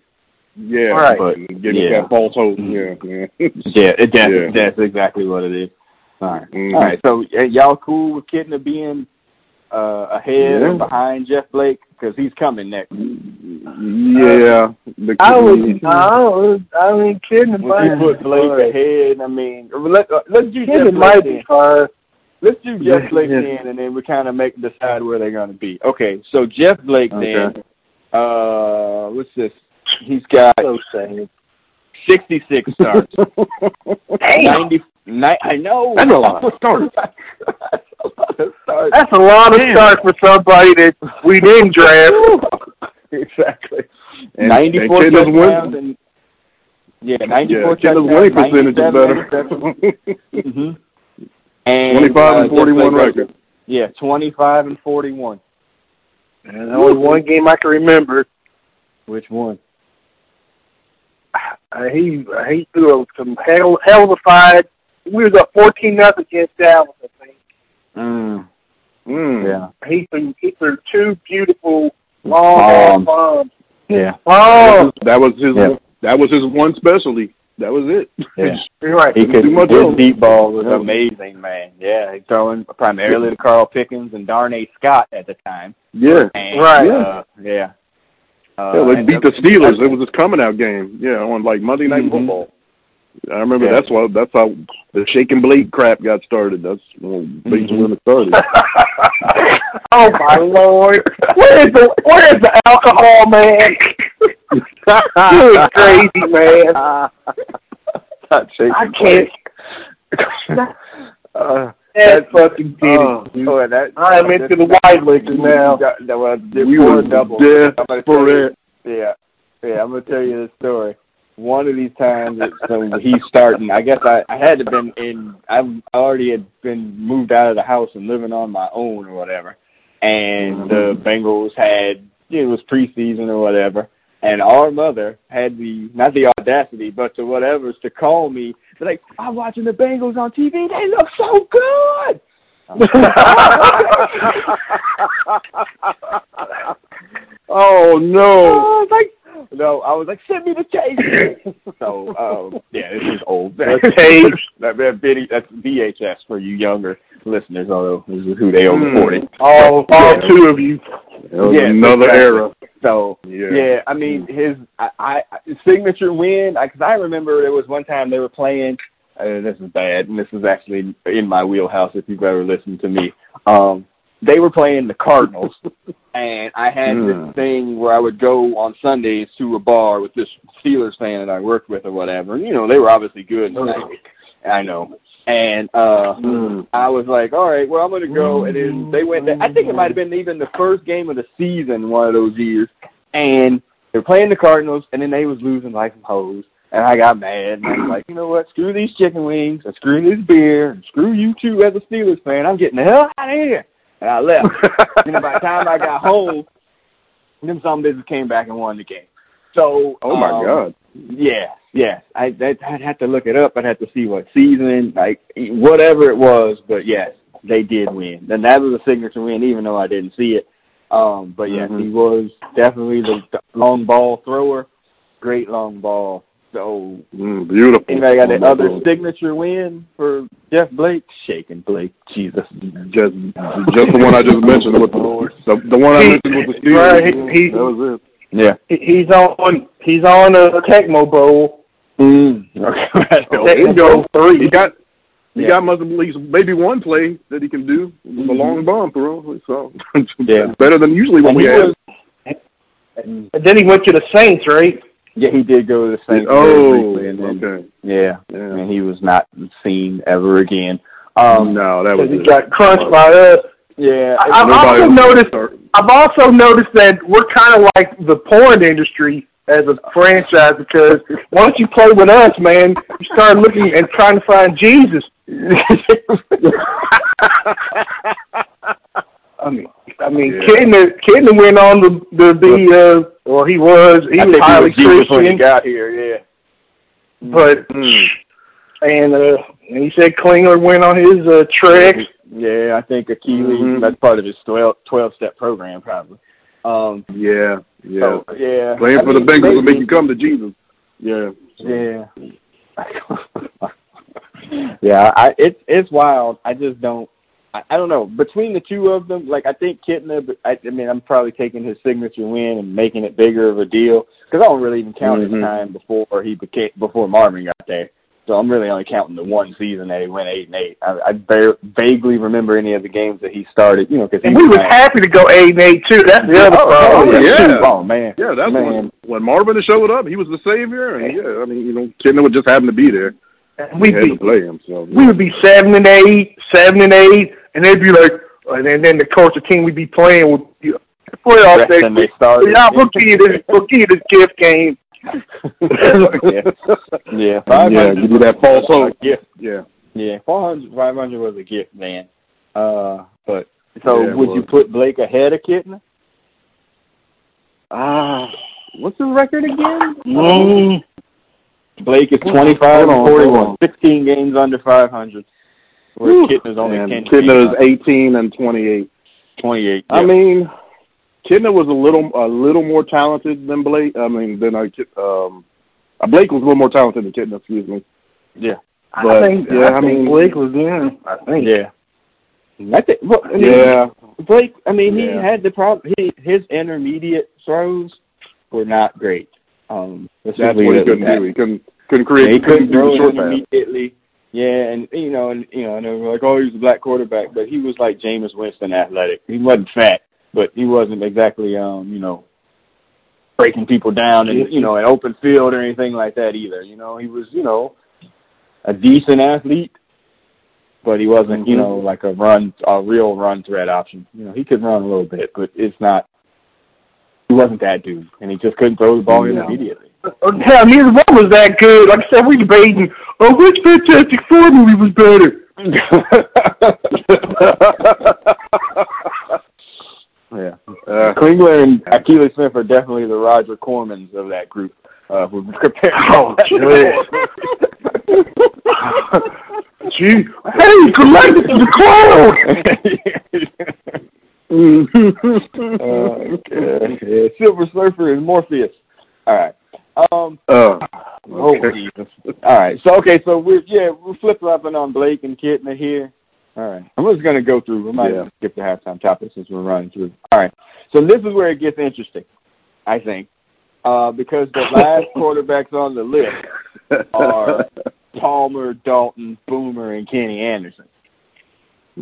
Yeah, Right. but give Yeah. yeah. that false hope. Yeah, yeah. Yeah, Mm-hmm. it, that's Yeah. that's exactly what it is. *laughs* All right. Mhm. All right. So y- y'all cool with Kidna being uh, ahead Yeah. or behind Jeff Blake because he's coming next. yeah. The- I was, I was, I was kidding When you put Blake about it. ahead, I mean, let, uh, let's do Jeff Kidding might Blake in. be fine. Let's do Jeff Yeah, Blake yeah. then, and then we kind of make decide where they're going to be. Okay. So Jeff Blake Okay. then. Uh, what's this? He's got So sad. *laughs* 66 *laughs* starts. Damn, 90, ni- I know. That's a lot of starts. That's a lot of starts. *laughs* that's a lot of Damn. starts for somebody that we didn't draft. exactly. And- Ninety-four and Kidna's touchdowns win- and *laughs* yeah, yeah, ninety-four Kidna's touchdowns. winning percentage is 97, better. 97. Mhm. *laughs* And *laughs* Twenty-five uh, and just forty-one like- record. Yeah, twenty-five and forty-one. And only one game I can remember. Which one? Uh, he he threw some hell hell of a fight. We was up fourteen nothing against Dallas, I think. Mm, Mm. yeah, He threw he threw two beautiful Bombs. long bombs. yeah. Oh, That was his. Yeah. That was his one specialty. That was it. Yeah. you're right. He could. Too much His else. deep ball was Yeah. amazing, man. Yeah, he's throwing primarily to Carl Pickens and Darnay Scott at the time. *laughs* yeah. And, Right. Uh, yeah. Uh, Yeah, they and beat the Steelers. It was his coming out game. Yeah, on like Monday Night Mhm. Football. I remember Yeah. that's why that's how the shake and bleed crap got started. That's when Bates Mhm. when it started. *laughs* *laughs* oh my lord! Where is the where is the alcohol man? *laughs* Good crazy man. Ah, Not shaking. I can't. *laughs* uh, That's fucking Uh, did Oh, boy, that, I am into the wide liquor now. That, that was we four were double. dead I'm gonna for tell you- it. Yeah, yeah. I'm gonna tell you this story. One of these times, it's when he's starting. I guess I, I had to been in. I've already had been moved out of the house and living on my own or whatever. And the Bengals had it was preseason or whatever. And our mother had the not the audacity, but to whatever's to call me. They're like, I'm watching the Bengals on TV. They look so good. *laughs* Oh no! I was like, no, I was like, send me the tape. *laughs* so, um, yeah, this is *laughs* old. The tape. that, that video, that's VHS for you younger listeners, although this is who they over Hmm. 40. All all Yeah. two of you. It was Yeah, another exactly. era. So, Yeah. Hmm. yeah, I mean, his I, I his signature win, because I remember there was one time they were playing, uh, this is bad, and this is actually in my wheelhouse if you've ever listened to me. Um, they were playing the *laughs* Cardinals, and I had Hmm. this thing where I would go on Sundays to a bar with this Steelers fan that I worked with or whatever. And, you know, they were obviously good. And I, I know. and uh Hmm. Mm. I was like, all right, well, I'm gonna go. And Mm. then they went. There. I think it might have been even the first game of the season one of those years, and they were playing the Cardinals, and then they was losing like some hoes. And I got mad, and I was like, you know what? Screw these chicken wings, and screw this beer, and screw you too as a Steelers fan. I'm getting the hell out of here, and I *laughs* left. *laughs* and then by the time I got home, them some bitches came back and won the game. So, Oh my um, god. yeah, yeah. I that I'd have to look it up. I'd have to see what season, like whatever it was. But yes, they did win, and that was a signature win, even though I didn't see it. Um, but yes, Mhm. he was definitely the the long ball thrower. Great long ball. So Mm, beautiful. anybody got that other Wonderful. signature win for Jeff Blake? Shaking Blake, Jesus. Just, just the one I just mentioned with the, the, the one I mentioned with the Steelers. Right, he- he- that was it. Yeah. He- He's on. He's on the Tecmo Bowl. *laughs* Mm. Okay. Tecmo Bowl Oh, He three. got he Yeah. got must at least maybe one play that he can do with a long bomb, bro. *laughs* So Yeah. it's better than usually what And we he had. was- And then he went to the Saints, right? Yeah, he did go to the Saints. very oh, briefly, and then, okay. Yeah, Yeah. and he was not seen ever again. Um, no, that was Because he it. got crunched by us. yeah, I- I've Nobody also was- noticed. I've also noticed that we're kind of like the porn industry as a franchise because once you play with us, man, you start looking and trying to find Jesus. *laughs* I mean, I mean, Yeah. Kidna, Kidna went on the the, the uh, well, he was he I was think highly he was Jesus when he Christian, got here. Yeah, but Mm. and uh, and he said Klingler went on his uh, trek. yeah, I think Achilles. Mhm. That's part of his 12, 12 step program, probably. Um, Yeah, yeah. so, yeah. Playing I for the mean, Bengals will make maybe- you come to Jesus. Yeah. Yeah. *laughs* yeah, I it's it's wild. I just don't I, I don't know. Between the two of them, like I think Kitna but I, I mean I'm probably taking his signature win and making it bigger of a deal cuz I don't really even count Mhm. his time before he became before Marvin got there. So I'm really only counting the one season that he went 8 and 8. I, I bar- vaguely remember any of the games that he started, you know, cuz he And we was back. happy to go eight and eight too. That's the other Oh, problem. oh, yeah. shoot. Oh, man. Yeah, that's man. when when Marvin showed up, he was the savior and yeah, I mean, you know, Kidna would just happen to be there. We We'd had to be play him, so we would be seven and eight, seven and eight, and they'd be like, and then, then the coach, the team we'd be playing would be playoff That's day. when they started. Yeah, we'll give you this, we'll give you this gift game. *laughs* *laughs* yeah. Yeah. yeah, you do that false hope. Yeah. Yeah. Oh, Yeah, 400, 500 was a gift, man. Uh, but so Yeah, it would you was. put Blake ahead of Kitna? Ah, What's his record again? Mm. Blake is 25 Hold on, and hold 41, on. 16 games under 500. Whereas Kitna's only and 10 Kidna games is eighteen and twenty-eight. under 28. I mean, Kidna was a little a little more talented than Blake. I mean, than I, um, uh, Blake was a little more talented than Kidna. Excuse me. yeah, I But, think, yeah, I I think mean- Blake was in. I think. yeah. I think, well, I mean, Yeah, Blake, I mean, he Yeah. had the problem. He, his intermediate throws were not great. Um, let's just that's leave what it he at couldn't that. do. He couldn't couldn't Yeah, create. he couldn't do throw the short it pass. immediately. Yeah, and you know, and you know, and they were like, "Oh, he was a black quarterback," but he was like Jameis Winston, athletic. He wasn't fat, but he wasn't exactly, um, you know, breaking people down and you know, an open field or anything like that either. You know, he was, you know, a decent athlete, but he wasn't, you know, like a run, a real run threat option. You know, he could run a little bit, but it's not. He wasn't that dude, and he just couldn't throw the ball No. immediately. Uh, Hell, neither one was that good. Like I said, we debating, oh, which Fantastic Four movie was better? Yeah. Uh, Klingler and Achilles Smith are definitely the Roger Cormans of that group. Uh, if we're *laughs* comparing. Oh, *laughs* Gee, hey, Galactus is a clone! Uh, *laughs* okay. Yeah, Oh, *laughs* *laughs* Silver Surfer and Morpheus. All right. Um. uh, Oh okay. Jesus. All right. So okay. So we're yeah we're flip flopping on Blake and Kitna here. All right. I'm just gonna go through. We might Yeah. skip the halftime topic since we're running through. All right. So this is where it gets interesting, I think, uh, because the last quarterbacks on the list *laughs* Mm-hmm. are Palmer, Dalton, Boomer, and Kenny Anderson.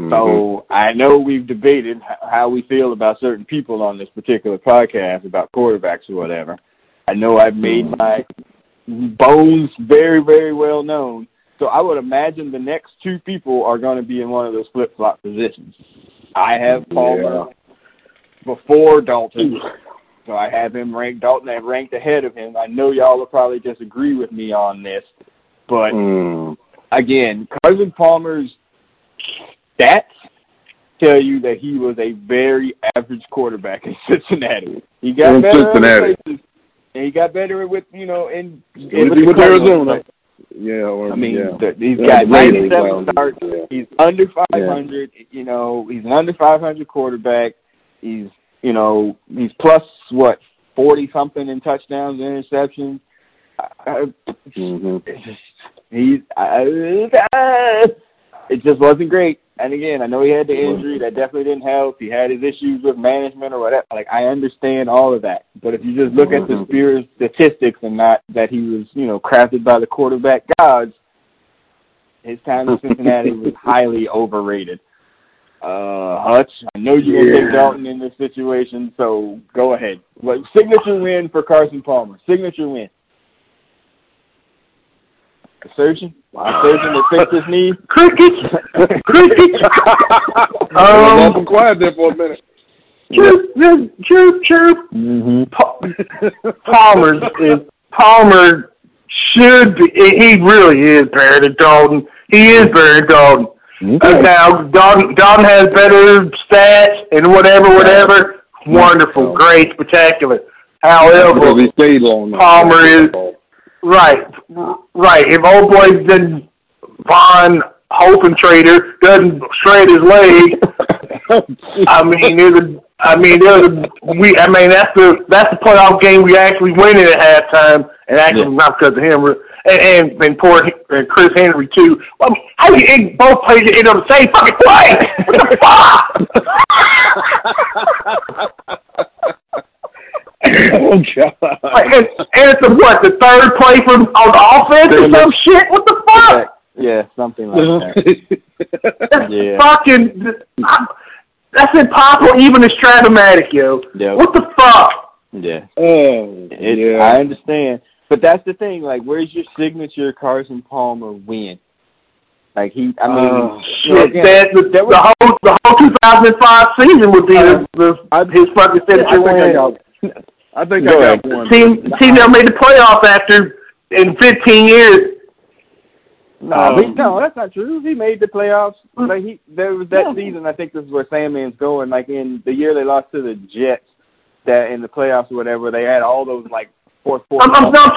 So I know we've debated h- how we feel about certain people on this particular podcast about quarterbacks or whatever. I know I've made my bones very, very well known So I would imagine the next two people are going to be in one of those flip flop positions. I have Palmer before Dalton, so I have him ranked. Dalton I have ranked ahead of him. I know y'all will probably disagree with me on this, but Mm. again, Cousin Palmer's stats tell you that he was a very average quarterback in *laughs* Cincinnati. He got In better other Cincinnati. places, and he got better with you know in, It in would be with the Cardinals. Arizona. Yeah, or, I mean, yeah. the, he's Yeah, got the Raiders, 97 well, starts. yeah. He's under 500. You know, he's an under 500 quarterback. He's you know he's plus what 40 something in touchdowns and interceptions. I, I, hmm Um, he's uh, it just wasn't great. And again, I know he had the injury that definitely didn't help. He had his issues with management or whatever. Like I understand all of that, but if you just look at the Mhm. spirit statistics and not that he was, you know, crafted by the quarterback gods, his time in Cincinnati was highly overrated. Uh, Hutch, I know you're gonna take Yeah. Dalton in this situation, so go ahead. Like signature win for Carson Palmer. Signature win. A surgeon? A surgeon that fixed his knee? Crickets. *laughs* Crickets. um, quiet there for a minute. chirp, chirp, chirp, chirp. Pa- *laughs* Palmer is Palmer should be. He really is better than Dalton. He is better than Dalton. Uh, now Dalton, Dalton has better stats and whatever, whatever. Wonderful, great, spectacular. *laughs* However, Because he stayed long. enough. Palmer *laughs* is *laughs* Oh, right, r- right. If old boy didn't Von Holpen Trader doesn't shred his leg, *laughs* *laughs* I mean, there's a, I mean, there's a, we, I mean, that's the that's the playoff game we actually win in at halftime, and actually not because of him, and and, and poor Hen- and Chris Henry too. I mean, how you end both players end on the same fucking play? What the fuck? Oh God. *laughs* and, and it's a, what the third play from on the offense or some shit? What the fuck? *laughs* Yeah, something like Mm-hmm. that. That's Yeah. fucking. I, that's impossible, even in Stratomatic, yo. Yep. What the fuck? Yeah. oh It, yeah. I understand. But that's the thing, like where's your signature Carson Palmer win? Like he I mean Oh, Shit, again, that, the, the whole the whole 2005 season would be the, the, I- his fucking I think signature I win. got- I think Go I ahead. got one. Team team never made the playoffs after in 15 years. No, um, he, no, that's not true. He made the playoffs. Like he, there was that season. I think this is where Sandman's going. Like in the year they lost to the Jets, that in the playoffs or whatever, they had all those like fourth quarter. I'm, I'm not,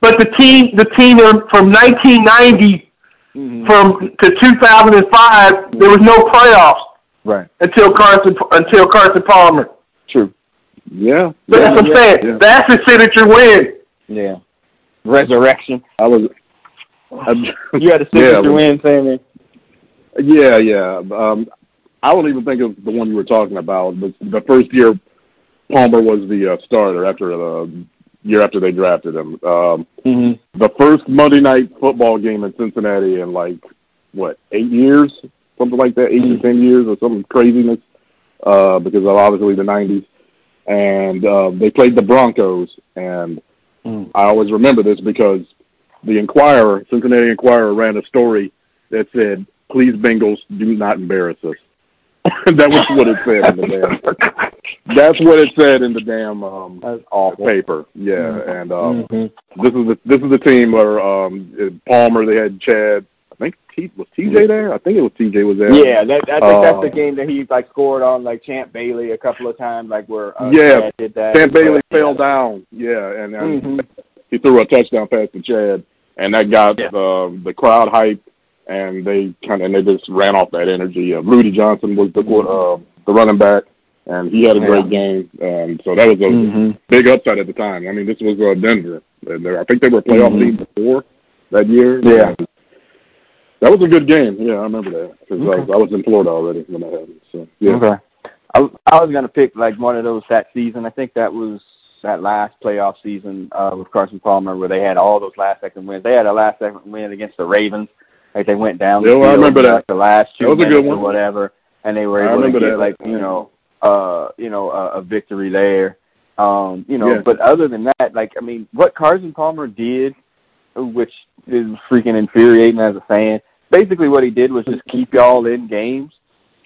but the team the team from 1990 Mhm. from to 2005 there was no playoffs Right. until Carson until Carson Palmer. True. yeah. So that's what I'm saying. yeah. That's his signature win. Yeah. Resurrection. I was. I, You had a *laughs* yeah, signature win, Sandman. Yeah, yeah. Um, I don't even think of the one you were talking about. The, the first year, Palmer was the uh, starter after the year after they drafted him. Um, Mm-hmm. the first Monday night football game in Cincinnati in like what eight years, something like that, 8 to ten years or some craziness, uh, because of obviously the nineties. And uh, they played the Broncos, and Mm. I always remember this because the Inquirer, Cincinnati Inquirer, ran a story that said, "Please Bengals, do not embarrass us." *laughs* that was what it said in the damn. That's what it said in the damn um, That's awful. paper. Yeah, and um, Mhm. this is the this is the team where um Palmer they had Chad I think T was TJ there I think it was TJ was there Yeah, that, I think that's the Uh, game that he like scored on like Champ Bailey a couple of times, like where uh, Yeah. Chad did that. Sam Bailey fell down yeah and, and Mhm. he threw a touchdown pass to Chad and that got uh, the crowd hype and they kind of and they just ran off that energy uh, Rudy Johnson was the uh, the running back and he had a great game and so that was a Mhm. big upside at the time I mean this was uh, Denver And they- I think they were a playoff Mhm. team before that year Yeah. That was a good game. Yeah, I remember that because I, was, I was in Florida already when that happened. So yeah, Okay. I, I was gonna pick like one of those that season. I think that was that last playoff season uh, with Carson Palmer, where they had all those last second wins. They had a last second win against the Ravens. Like they went down. Yeah, the well, I field remember in, that. like, the last two That was a good minutes or one. whatever, and they were I able to remember get that. like you Yeah. know, uh, you know, a, a victory there. Um, you know, Yeah. but other than that, like I mean, what Carson Palmer did which is freaking infuriating as a fan. Basically, what he did was just keep y'all in games,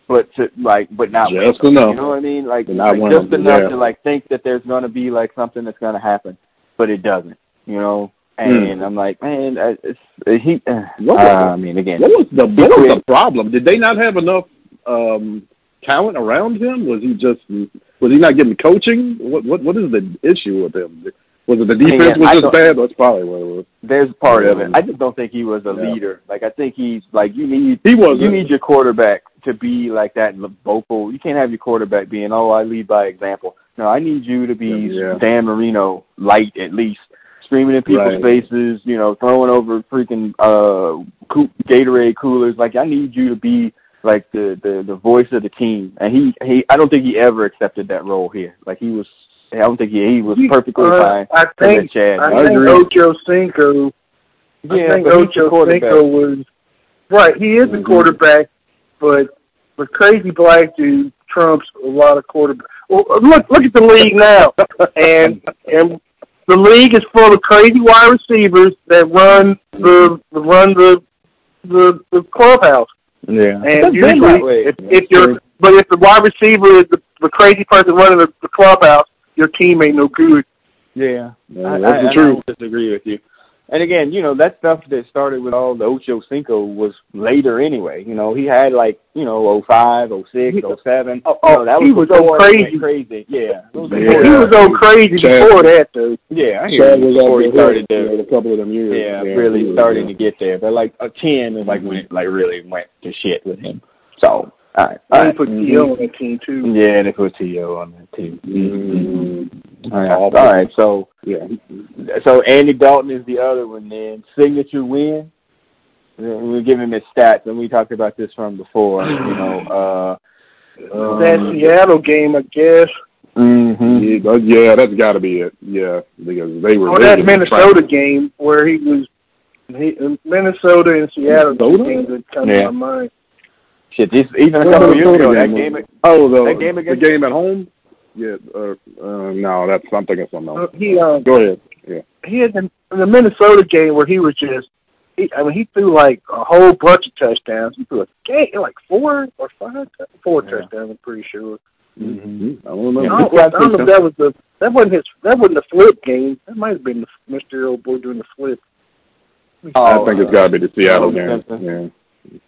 but to like, but not win Just them. enough. You know what I mean? Like, And not like, win just them, enough yeah. to like think that there's gonna be like something that's gonna happen, but it doesn't. You know. Hmm. And I'm like, man, uh, it's, uh, he. Uh, What was I mean, again, What was the what was the problem? Did they not have enough um talent around him? Was he just was he not getting coaching? What what what is the issue with him? Was it the mean, defense I was don't- just bad? That's probably what it was. there's part of it. Yeah. I just don't think he was a Yeah. leader. Like I think he's like you need He wasn't. you need your quarterback to be like that vocal. You can't have your quarterback being oh I lead by example. No, I need you to be Yeah. Dan Marino light at least, screaming in people's Right. faces. You know, throwing over freaking uh coo- Gatorade coolers. Like I need you to be like the the the voice of the team. And he he I don't think he ever accepted that role here. Like he was. I don't think he he was perfectly Uh, fine. I to let think Chad I do it. think agree. Ocho Cinco. I think but he's the Ocho quarterback. Mm-hmm. Cinco was right. He is a quarterback, but the crazy black dude trumps a lot of quarterbacks. Well, look look at the league now, and and the league is full of crazy wide receivers that run the run the the, the clubhouse. Yeah. And been usually, that way. if, if you're, but if the wide receiver is the, the crazy person running the, the clubhouse, your team ain't no good. Yeah, Yeah, I, that's I, the I truth. don't disagree with you. And again, you know that stuff that started with all the Ocho Cinco was later anyway. You know he had like you know oh five, oh six, oh seven. Oh, oh, you know, that he was was before so it went crazy. crazy. Yeah, It was Yeah. before He that. was so crazy Chad- before that, though. yeah. I hear Chad you. was off Before the he hook, started you know, to a couple of them years. yeah, really he was, starting to yeah. get there. But like a ten is like when it like really went to shit with him. So all right, all I right. put T.O. on that team too. yeah, they put T.O. on that too. Mhm. All right, Mm-hmm. all right. So Yeah. so Andy Dalton is the other one then. Signature win. We're giving his stats, and we talked about this from before. You know, uh, um, That Seattle game, I guess, mhm. Yeah, that- yeah, that's got to be it. Yeah, because they were. or they that were Oh, Minnesota game where he was. He, Minnesota and Seattle Minnesota? games that come Yeah. to my mind. Shit, this, even a What couple of years Minnesota ago, that game game. was- Oh, the, That game against- the game at home. Yeah. Uh, uh, no, that's I'm thinking something Uh, else. He um, Go ahead. Yeah. he had the, the Minnesota game where he was just. He, I mean, he threw like a whole bunch of touchdowns. He threw a game, like four or five, tou- four Yeah. touchdowns. I'm pretty sure. Mm-hmm. I don't remember. I don't, I don't know if that was the that wasn't his that wasn't the flip game. That might have been the Mr. Old Boy doing the flip. I think it's got to be the Seattle Oh, game. that's- Yeah.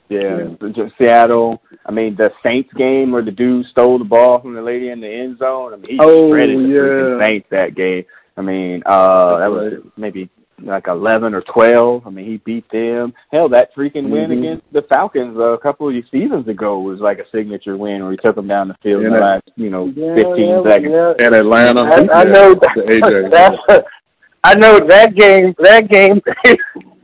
Yeah, the- the Seattle. I mean, the Saints game where the dude stole the ball from the lady in the end zone. I mean, he Oh, shredded the freaking yeah. Saints that game. I mean, uh, that was maybe like eleven or twelve. I mean, he beat them. Hell, that freaking win Mm-hmm. Mhm. against the Falcons uh, a couple of seasons ago was like a signature win where he took them down the field in the Yeah. last, you know, Yeah, Oh, fifteen yeah, seconds. yeah. And Atlanta. I, I yeah, know the AJ. that. *laughs* That's, I know that game. That game. *laughs*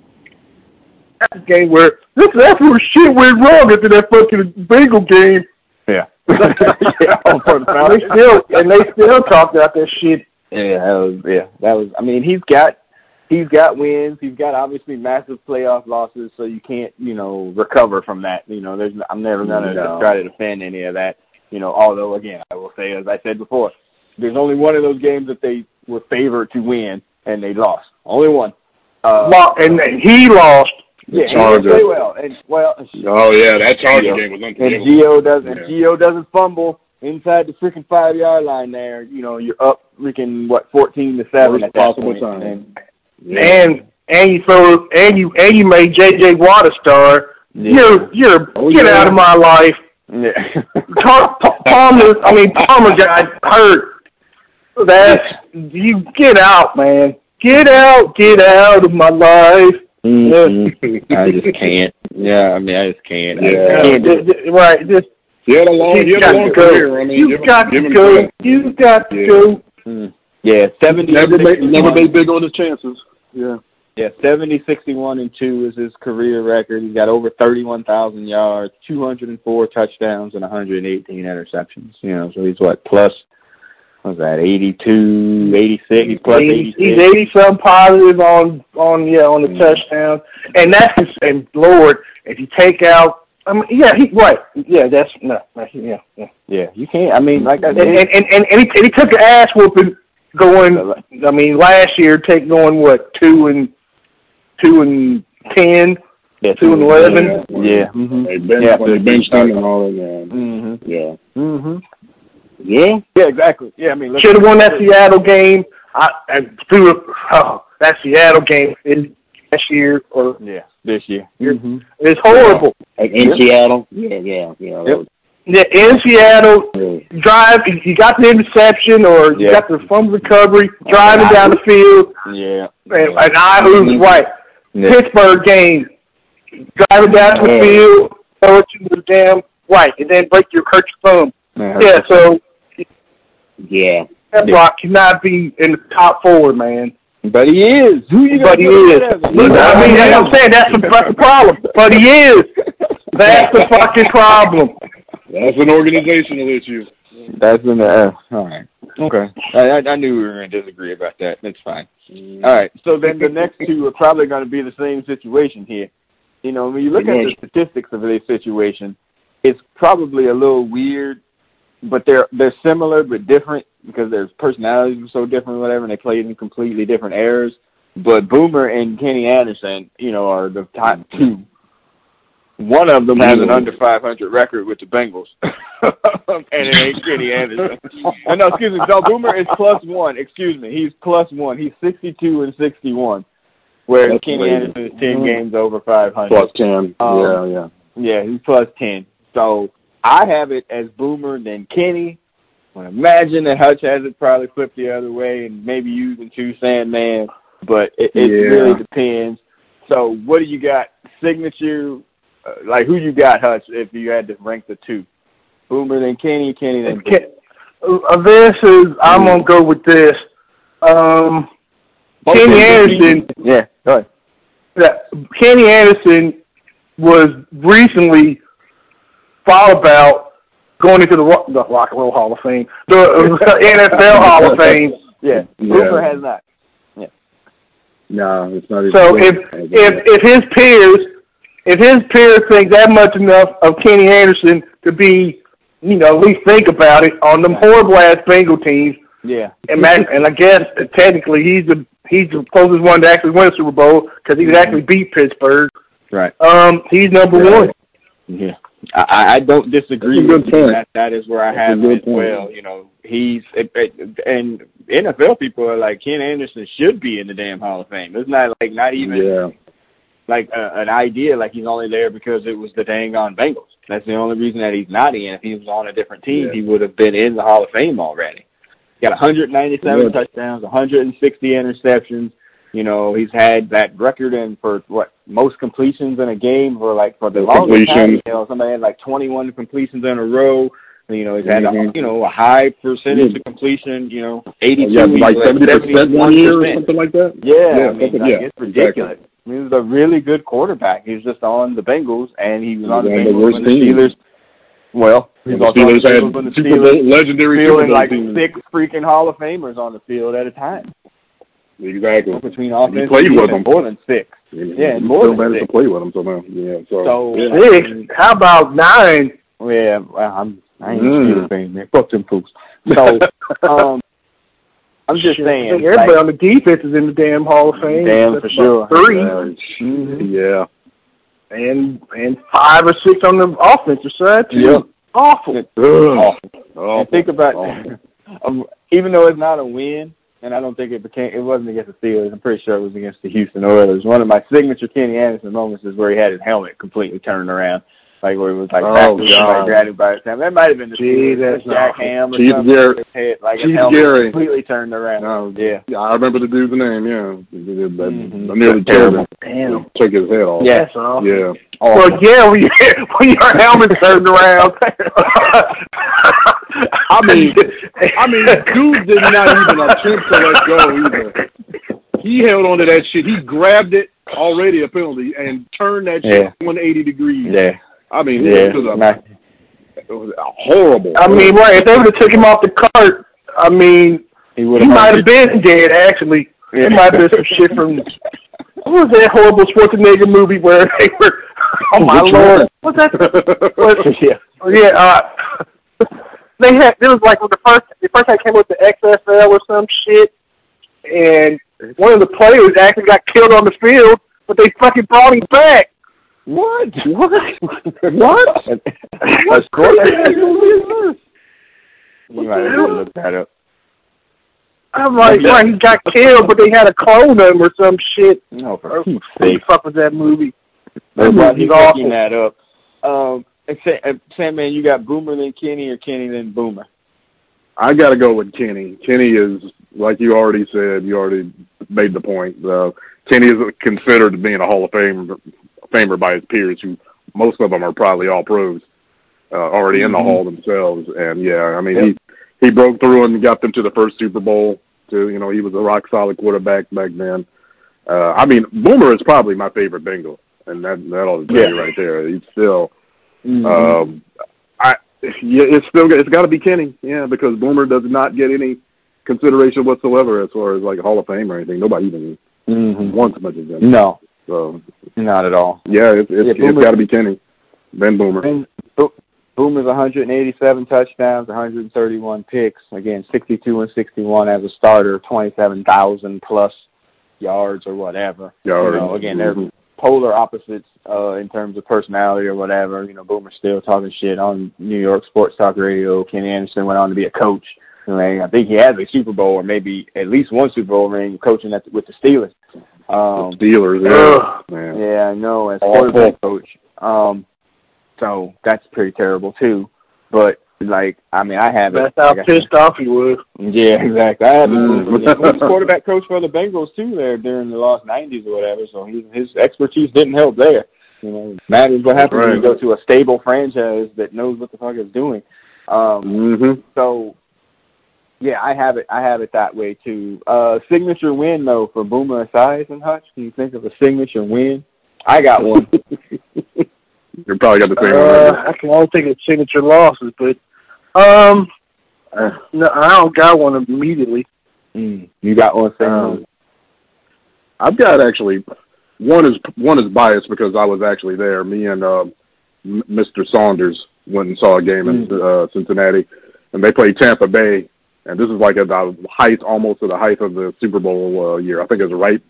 that game where this that's where shit went wrong after that fucking Bengal game. *laughs* Yeah. *laughs* yeah, for the And they Falcons. still and they still talk about that shit. Yeah, that was yeah, that was. I mean, he's got he's got wins. He's got obviously massive playoff losses, so you can't you know recover from that. You know, there's I'm never gonna No. try to defend any of that. You know, although again, I will say as I said before, there's only one of those games that they were favored to win and they lost. Only one. Uh, Lo- and and he lost. yeah, he didn't Chargers. play well, and well, Oh yeah, that Charger Yeah. game was and unforgettable. Geo doesn't and Yeah. Geo doesn't fumble inside the freaking five yard line. There, you know, you're up freaking what fourteen to seven Worst at that possible point. time. And, Yeah. And and you throw and you and you made JJ Watt a star. You're you're Oh, get yeah. out of my life. Yeah. Car- Pa- Palmer, I mean Palmer got hurt. That's you get out, man. Get out, get out of my life. Mm-hmm. Mm-hmm. I just can't. Yeah, I mean, I just can't. Yeah. I can't do it. Just- just- right, just He had a long, he you had got a long to go. career. I mean, you give him- got give to him go. credit. You got to Yeah. go. Mm. Yeah, 70. Never made, never 61. made big on his chances. Yeah. Yeah, 70, 61, and 2 is his career record. He's got over 31,000 yards, 204 touchdowns, and 118 interceptions. You know, so he's what, plus, what's that, 82, 86? He's plus He's 86. he's eighty some positive on on yeah on the Mm. touchdowns, and that's just, and Lord, if you take out, I mean yeah he right yeah that's no no, he- yeah yeah Yeah, you can't. I mean, like I and said, and and, and, and, he, and he took an ass whooping going I mean last year take going what two and two and ten, Yeah. two and eleven. Yeah. hmm They bench, Yeah. they benched him and all of that. hmm Yeah. hmm Yeah. Yeah, exactly. Yeah, I mean, look- Should have won that Seattle game. I, I threw it, oh, that Seattle game is last year or Yeah, this year. hmm it's horrible. Like in Seattle. Yeah, yeah, yeah. that Yep. was Yeah, in Seattle, really- drive you got the interception or you Yeah. got the fumble recovery, driving down the field, Yeah. and, and I who's right. Yeah. Pittsburgh game, driving down the Yeah. field, throw it to the damn right, and then break your hurt your thumb. Yeah, so Yeah. that block cannot be in the top four, man. But he is. Who you But he is. Look, I mean, that's what I'm saying. That's the, that's the problem. But he is. That's the fucking problem. That's an organizational issue. That's in the F. All right. Okay. I, I, I knew we were going to disagree about that. That's fine. All right. So then the next two are probably going to be the same situation here. You know, when you look at the statistics of this situation, it's probably a little weird, but they're they're similar but different because their personalities are so different, whatever, and they played in completely different eras. But Boomer and Kenny Anderson, you know, are the top two. One of them has an under 500 record with the Bengals, *laughs* and it ain't Kenny Anderson. *laughs* Oh, no, excuse me. *laughs* No, Boomer is plus one. Excuse me, he's plus one. He's 62 and 61, whereas That's Kenny amazing. Anderson is 10 games over 500. Plus ten. Um, yeah, yeah. Yeah, he's plus ten. So I have it as Boomer than Kenny. I would imagine that Hutch has it probably flipped the other way and maybe using two Sandman, but it, it Yeah. really depends. So what do you got? Signature, uh, like who you got, Hutch? If you had to rank the two, Boomer than Kenny, Kenny than Boomer. Okay. Uh, This is, I'm going to go with this. Um, Kenny Anderson, Yeah, go ahead. that- Kenny Anderson was recently thought about going into the, Ro- the Rock and Roll Hall of Fame, *laughs* the uh, NFL Hall of Fame. Yeah, Yeah. Boomer has not. No, it's not. even So close. if if Yeah. if his peers if his peers think that much enough of Kenny Anderson to be you know at least think about it on them horrible ass Bengal teams Yeah, *laughs* and Mac, and I guess technically he's the he's the closest one to actually win a Super Bowl because he could actually beat Pittsburgh. right. Um, he's number Yeah. one. Yeah, I- I, I don't disagree That's a with good you. point. That that is where I That's a have good it as point. well. You know, he's it, it, and NFL people are like Ken Anderson should be in the damn Hall of Fame. It's not like not even yeah, like a, an idea. Like he's only there because it was the dang on Bengals. That's the only reason that he's not in. If he was on a different team, Yeah. he would have been in the Hall of Fame already. He got 197 Yeah. touchdowns, 160 interceptions. You know, he's had that record in for what most completions in a game for like for the longest time. Completions. You know, somebody had like 21 completions in a row. You know, he's had a, Mhm. you know a high percentage of completion. You know, 82, yeah, like like seventy percent one year or 71%. something like that. Yeah, Yeah, I mean, something- like, yeah, it's ridiculous. I mean, he was a really good quarterback. He was just on the Bengals, and he was on the One of the Bengals worst when the teams. Steelers. Well, he The was also on the Steelers had Bengals when the Super Steelers Bowl, legendary Super fielding Bowl like teams. six freaking Hall of Famers on the field at a time Exactly. between offense played and with defense, them. more than six. Yeah, it's more so than bad six. to play with him somehow. Yeah, so, So yeah. Six. How about nine? yeah, well, I'm I ain't Mm. a Steelers fan, man. Fuck them fools. *laughs* So um, *laughs* I'm just saying, Everybody like, on the defense is in the damn Hall of Fame. damn for That's sure. about Three Mhm. Uh, yeah, and and five or six on the offensive side too. Yeah. Awful. Ugh. And think about *laughs* Awful. um, even though it's not a win, and I don't think it became it wasn't against the Steelers. I'm pretty sure it was against the Houston Oilers. One of my signature Kenny Anderson moments is where he had his helmet completely turned around, like where he was like Oh, backwards, God. like grabbed by his helmet. That might have been the Gee, Steelers, that's Jack awful. Ham or Chief something. Garrett. Oh, His head, like his Chief helmet Gary. completely turned around. No. Yeah, Yeah, I remember the dude's name. Yeah, Mhm. I nearly killed him. Damn. Took his head off. Yeah. That's awful. yeah. Well, yeah, when, you, *laughs* when your helmet's turned around. I mean, I mean, dude did not even attempt to let go either. He held onto that shit. He grabbed it already a penalty and turned that shit Yeah. 180 degrees. yeah, I mean, yeah. it was Nah. a, it was a horrible. I mean, right? If they would have took him off the cart, I mean, He he would've might hung *laughs* have been dead. Actually, it might have been some shit from what was that horrible Schwarzenegger movie where they were? *laughs* Oh my Which lord! one? What's that? *laughs* oh, it. yeah. Yeah, uh, *laughs* they had it was like when the first the first time came with the XFL or some shit, and one of the players actually got killed on the field but they fucking brought him back. What? What? *laughs* what? That's You might have to look that up. I'm like, Yeah. right, he got killed, but they had a clone of him or some shit. No, for Or, Pete's what the sake. fuck was that movie? Nobody's He's awful. picking that up. Um, and Sa- uh, Sandman, you got Boomer then Kenny or Kenny then Boomer. I gotta go with Kenny. Kenny is like you already said. You already made the point. Uh, Kenny is considered being a Hall of Famer, famer by his peers, who most of them are probably all pros, uh, already in the Hall themselves. And yeah, I mean he he broke through and got them to the first Super Bowl. To you know he was a rock solid quarterback back then. Uh, I mean Boomer is probably my favorite Bengal, and that that'll tell you Yeah. right there. He's still. Mm-hmm. Um, I yeah, it's still it's got to be Kenny, yeah, because Boomer does not get any consideration whatsoever as far as like Hall of Fame or anything. Nobody even Mm-hmm. wants much of him. No, So not at all. yeah, it's it's, Yeah, Boomer- it's got to be Kenny, then Boomer. And Bo- Boomer's 187 touchdowns, 131 picks. Again, 62 and 61 as a starter, 27,000 plus yards or whatever. Yeah, You know, again, they're mhm. polar opposites uh, in terms of personality or whatever. You know, Boomer's still talking shit on New York Sports Talk Radio. Kenny Anderson went on to be a coach. I, mean, I think he has a Super Bowl or maybe at least one Super Bowl ring coaching at, with the Steelers. Um, Steelers, yeah, man. yeah, I know. As Awful. quarterback coach, um, so that's pretty terrible too. But like, I mean, I haven't. That's how like I- pissed off he was. yeah, exactly. I haven't. Mm. he *laughs* was quarterback coach for the Bengals too there during the last '90s or whatever. So he, his expertise didn't help there. You know, matters what happens when you go Right. to a stable franchise that knows what the fuck it's doing. Um, Mm-hmm. so yeah, I have it. I have it that way too. Uh, signature win though for Boomer Esiason and Hutch. Can you think of a signature win? I got *laughs* one. You probably got the same. Uh, one. I can only think of signature losses, but um, Uh. no, I don't got one immediately. mm, you got one Um, signature. I've got actually one is one is biased because I was actually there. Me and uh, M- Mr. Saunders went and saw a game in uh, Cincinnati, and they played Tampa Bay. And this is like at the height, almost at the height of the Super Bowl uh, year. I think it was right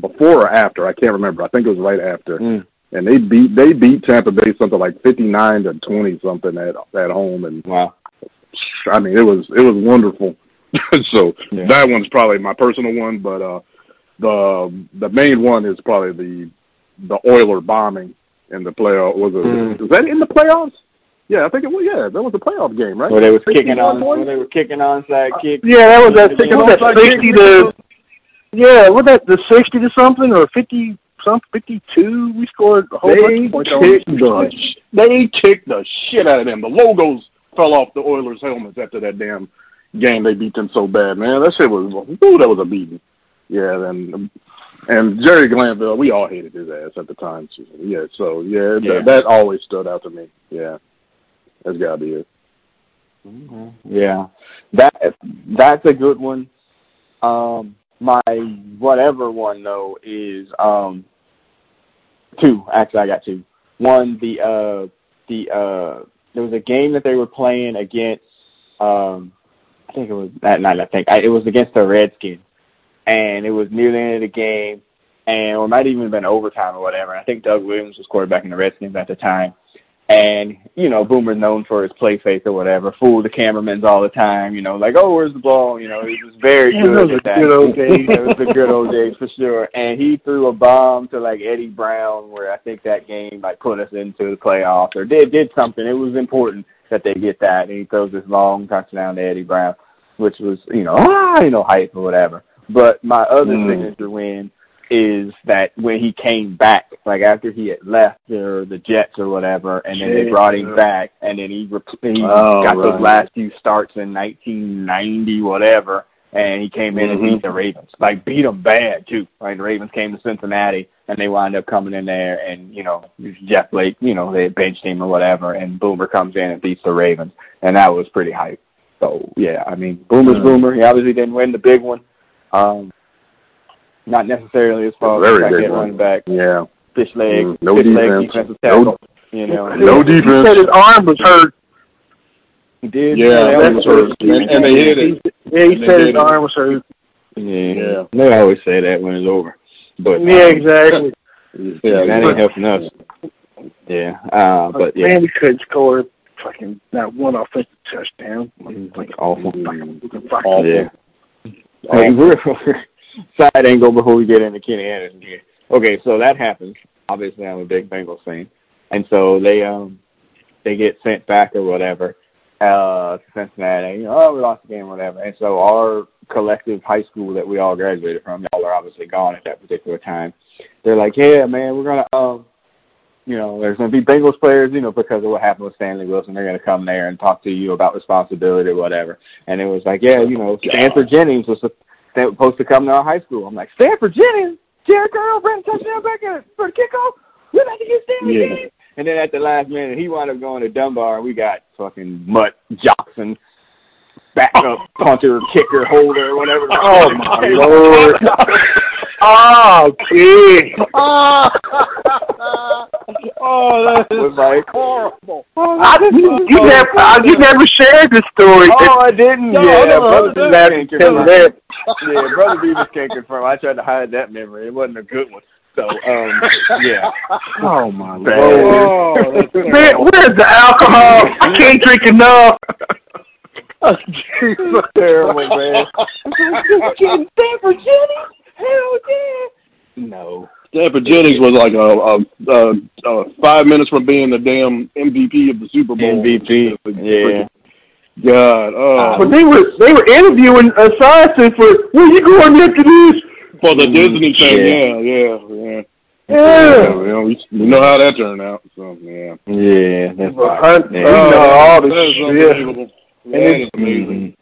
before or after. I can't remember. I think it was right after. Mm. And they beat they beat Tampa Bay something like fifty nine to twenty something at at home. And wow. I mean, it was it was wonderful. *laughs* so Yeah. that one's probably my personal one, but uh, the the main one is probably the the Oiler bombing in the playoff. Was it was that in the playoffs? Yeah, I think it was. Yeah, that was the playoff game, right? Well, they was kicking 61 on. points? Well, they were kicking onside kick. Yeah, that was that. Yeah. What was that sixty to? Yeah, was that the sixty to something or fifty? Some fifty-two. We scored a whole bunch of points. on kicked them. the sh- they kicked the shit out of them. The logos fell off the Oilers' helmets after that damn game. They beat them so bad, man. That shit was ooh, that was a beating. Yeah, and and Jerry Glanville, we all hated his ass at the time. too. Yeah, so yeah, th- Yeah. that always stood out to me. Yeah, that's gotta be it. Mm-hmm. Yeah, that that's a good one. Um, my whatever one though is um two. Actually, I got two. One, the uh, the uh, there was a game that they were playing against. Um, I think it was that night. I think I, it was against the Redskins, and it was near the end of the game, and or it might even have been overtime or whatever. I think Doug Williams was quarterback in the Redskins at the time. And, you know, Boomer's known for his play face or whatever, fool the cameramans all the time, you know, like, oh, where's the ball? You know, he was very Yeah, good that was at a that. good old days. It was the good old days for sure. And he threw a bomb to like Eddie Brown, where I think that game like put us into the playoffs or did did something. It was important that they get that. And he throws this long touchdown to Eddie Brown, which was you know *laughs* ah you know hype or whatever. But my other Mm. signature win is that when he came back, like after he had left or the Jets or whatever, and then they brought him back, and then he rep- he Oh, got right. those last few starts in 1990 whatever, and he came in Mhm. and beat the Ravens, like beat them bad too. Like the Ravens came to Cincinnati, and they wind up coming in there, and you know Jeff Blake, you know they benched him or whatever, and Boomer comes in and beats the Ravens, and that was pretty hype. So yeah, I mean Boomer's Mhm. Boomer. He obviously didn't win the big one. Um, not necessarily as far as Very like big that one. running back, Yeah, fish leg, Mm, no fish leg defense. defensive No- tackle. you know, no He defense. said his arm was hurt. he did. Yeah, that that was- was hurt. And, and they hit it. Yeah, And he they said his did. arm was hurt. Yeah. They always say that when it's over. But um, Yeah, exactly. Yeah, that ain't helping us. Yeah, uh, but yeah, Man, we couldn't score fucking not one offensive touchdown. it's like Mm. awful. Fucking, fucking, Yeah. Like, we're- *laughs* side angle before we get into Kenny Anderson here. Okay, so that happens. Obviously, I'm a big Bengals fan, and so they um they get sent back or whatever uh to Cincinnati. You know, oh, we lost the game, or whatever. And so our collective high school that we all graduated from, y'all are obviously gone at that particular time. They're like, yeah, man, we're gonna um. You know, there's going to be Bengals players, you know, because of what happened with Stanley Wilson. They're going to come there and talk to you about responsibility or whatever. And it was like, yeah, you know, Stanford Jennings was the they were supposed to come to our high school. I'm like, Stanford Jennings, Jared Carroll, Brandon touchdown back in for the kickoff. We're about to get Stanford Yeah. Jennings. And then at the last minute, he wound up going to Dunbar, and we got fucking Mutt Jackson, backup *laughs* punter, kicker, holder, whatever. Oh my lord. Oh, gee. Oh, that is Was like, horrible. I didn't, you never, I, you never shared this story. *laughs* oh, I didn't. No, yeah, no, brother no, Beavis can't confirm. that. *laughs* Yeah, brother Beavis can't confirm. I tried to hide that memory. It wasn't a good one. So, um, *laughs* yeah. Oh my lord. Oh, that's Man, where's the alcohol? I can't drink enough. Jesus. *laughs* Terrible, man. Stanford Jennings was like a, a, a, a five minutes from being the damn MVP of the Super Bowl. MVP. Yeah. God, oh, But they were they were interviewing a scientist for where you going after this? for the Disney thing. Yeah, yeah, yeah. Yeah. we, know, we know how that turned out. So yeah, Oh, Yeah, that's right. Hunt, uh, Yeah. you know, all that this is shit. unbelievable. That is amazing.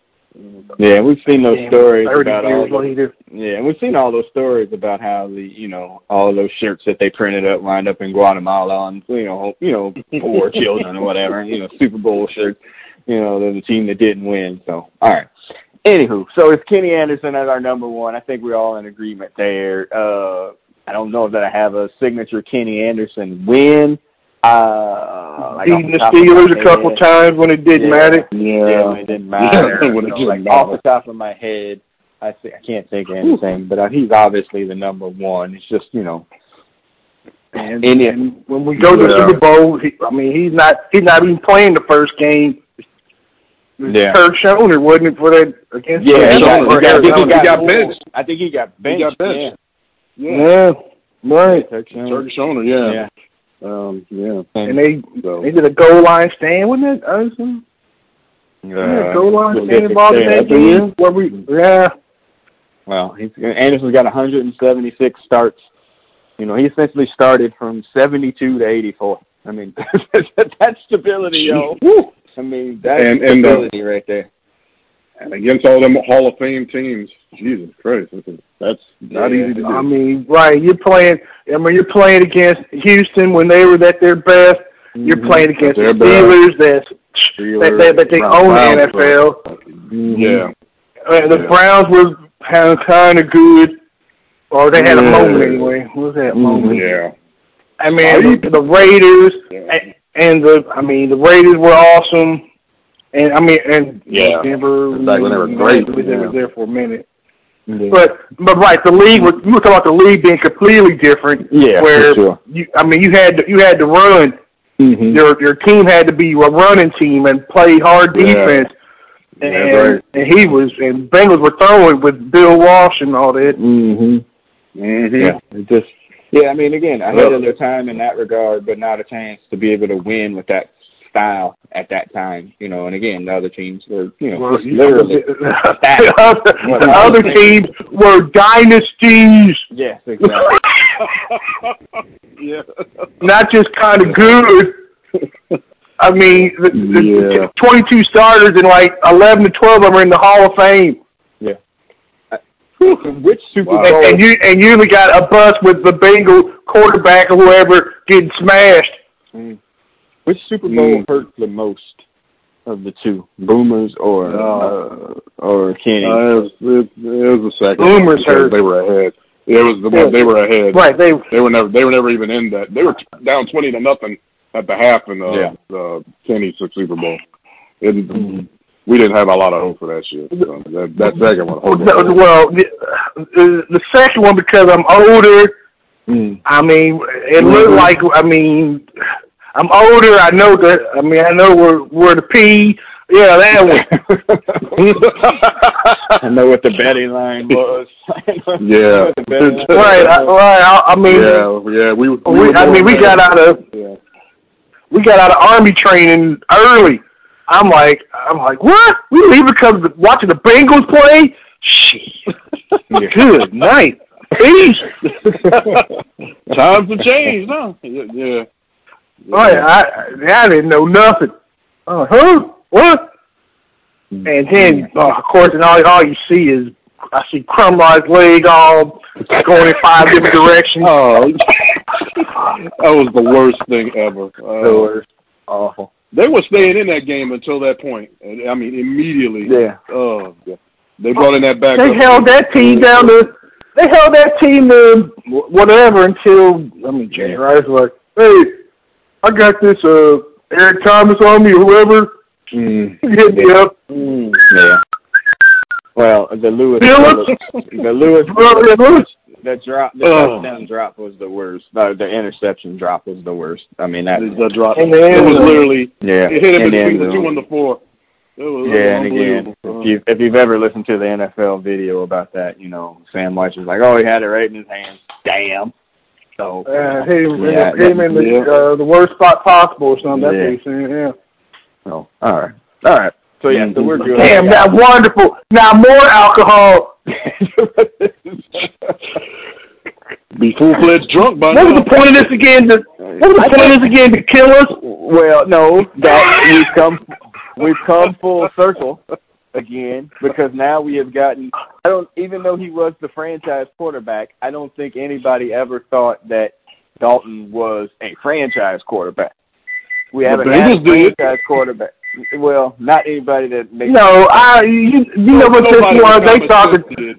Yeah, we've seen those stories Thirty about all years the, later. yeah, and we've seen all those stories about how the you know all those shirts that they printed up lined up in Guatemala and you know you know poor children or whatever you know Super Bowl shirts you know they're the team that didn't win so all right anywho so it's Kenny Anderson as our number one I think we're all in agreement there uh I don't know that I have a signature Kenny Anderson win uh like off Beating the top of my Steelers a head. couple times when mm-hmm. it didn't Yeah. matter. Yeah, Yeah, when it *laughs* didn't matter. When it So, didn't like, matter. Off the top of my head, I thi- I can't think of anything, but uh, he's obviously the number one. It's just you know, And, Any- and when we go to the Yeah. Super Bowl, he, I mean, he's not he's not even playing the first game. Yeah. Kirk Schoner, wasn't it, for that against Yeah, Arizona? he got- Or he got- Arizona. he got benched. I think he got benched. got benched. Yeah, right. Yeah, touchdown. Turkish owner. Yeah, um, yeah. And they So they did a goal line stand, wasn't it? Anderson? yeah, Uh, goal line we'll stand get involved in there. that game. Where we, yeah, Well, he's, Anderson's got 176 starts. You know, he essentially started from 72 to 84. I mean, *laughs* that's stability, yo. Woo! I mean, that's And- and, uh, stability right there. and against all them Hall of Fame teams, Jesus Christ, that's, a- that's not Yeah. easy to do. I mean, right. You're playing. I mean, you're playing against Houston when they were at their best. You're Mm-hmm. playing against the Their best. Steelers that that they, that they Browns, own Browns, the NFL. Mm-hmm. yeah, Uh, the Yeah. Browns were kind of, kind of good, or Oh, they had a Yeah. moment anyway. What was that moment? Oh, yeah. I mean, the, the Raiders Yeah. a- and the I mean the Raiders were awesome, and I mean and Yeah. Denver Exactly, they were great, They were Mm-hmm. yeah. there for a minute, Yeah. but but right, the league was you were talking about the league being completely different. Yeah, for where sure. you I mean you had to, you had to run Mhm. your your team had to be a running team and play hard Yeah. defense. Yeah, And, right. and he was, and Bengals were throwing with Bill Walsh and all that. hmm Mm-hmm. Yeah, it just yeah. I mean, again, ahead of their time in that regard, but not a chance to be able to win with that style at that time. You know, and again, the other teams were you know Well, just you- literally the other, the other teams were dynasties, yes, exactly. *laughs* not just kind of good. Uh, I mean, the, the Yeah. 22 starters and like 11 to 12 of them are in the Hall of Fame, *laughs* Which Super Wow. Bowl? and, and you and you even got a bus with the Bengal quarterback or whoever getting smashed. Mm. Which Super Bowl hurt the most of the two, Boomers or uh, or Kenny? Uh, it, was, it, it was the second. Boomers because hurt. They were ahead. It was the one they were ahead. Right? They They were never. They were never even in that. They were down twenty to nothing at the half in the Yeah. uh, Kenny's Super Bowl. It, We didn't have a lot of hope for that shit. So that, that second one. *laughs* Well, the, well, the, uh, the second one because I'm older Mm. I mean, it looked like I mean, I'm older. I know that. I mean, I know where where the P. Yeah, that *laughs* one. *laughs* I know what the betting line was. *laughs* Yeah. right, I, right. I, I mean, Yeah, yeah. We, we, we, were I mean, doing we that. got out of Yeah. we got out of army training early. I'm like, I'm like, what? We leave because of watching the Bengals play. Shit. Good night. Peace. *laughs* Times have changed, huh? Yeah. yeah. Boy, Oh, I, I I didn't know nothing. Uh, who? What? And then, uh, of course, and all, all you see is I see Crumline's leg all going in five different directions. Oh, that was the worst thing ever. Uh, Awful. They were staying in that game until that point. I mean, immediately. Yeah. Oh, yeah. they brought in that backup. They held that team down to they held that team to wh- whatever until I mean January. I was like, hey, I got this uh Eric Thomas on me, whoever Mm. hit me up. *laughs* Mm. Yeah. Well, the Lewis, Phillips. the Lewis, Brother Lewis. the drop, the Ugh. touchdown drop was the worst. No, the interception drop was the worst. I mean that. It's the drop. And It then- was literally Yeah. it hit him And between then the two and the four. It was Yeah, and again, unbelievable. if you've, if you've ever listened to the NFL video about that, you know, Sam White was like, oh, he had it right in his hand. Damn. So, Uh, hit him, Yeah, hit him in the, yeah. uh, the worst spot possible or something. That's Yeah. what he's saying, yeah. so all right. All right. So, yeah, so we're good. *laughs* Damn, that wonderful. Now more alcohol. be full fledged drunk by What was now. the point of this again? To, what was the point of this again to kill us? well, no, that we've come, we've come full circle again because now we have gotten, I don't, even though he was the franchise quarterback, I don't think anybody ever thought that Dalton was a franchise quarterback. We The haven't had a Bengals did. franchise quarterback. Well, not anybody that makes No, I you, you know what this Nobody was. They in thought that common sense did.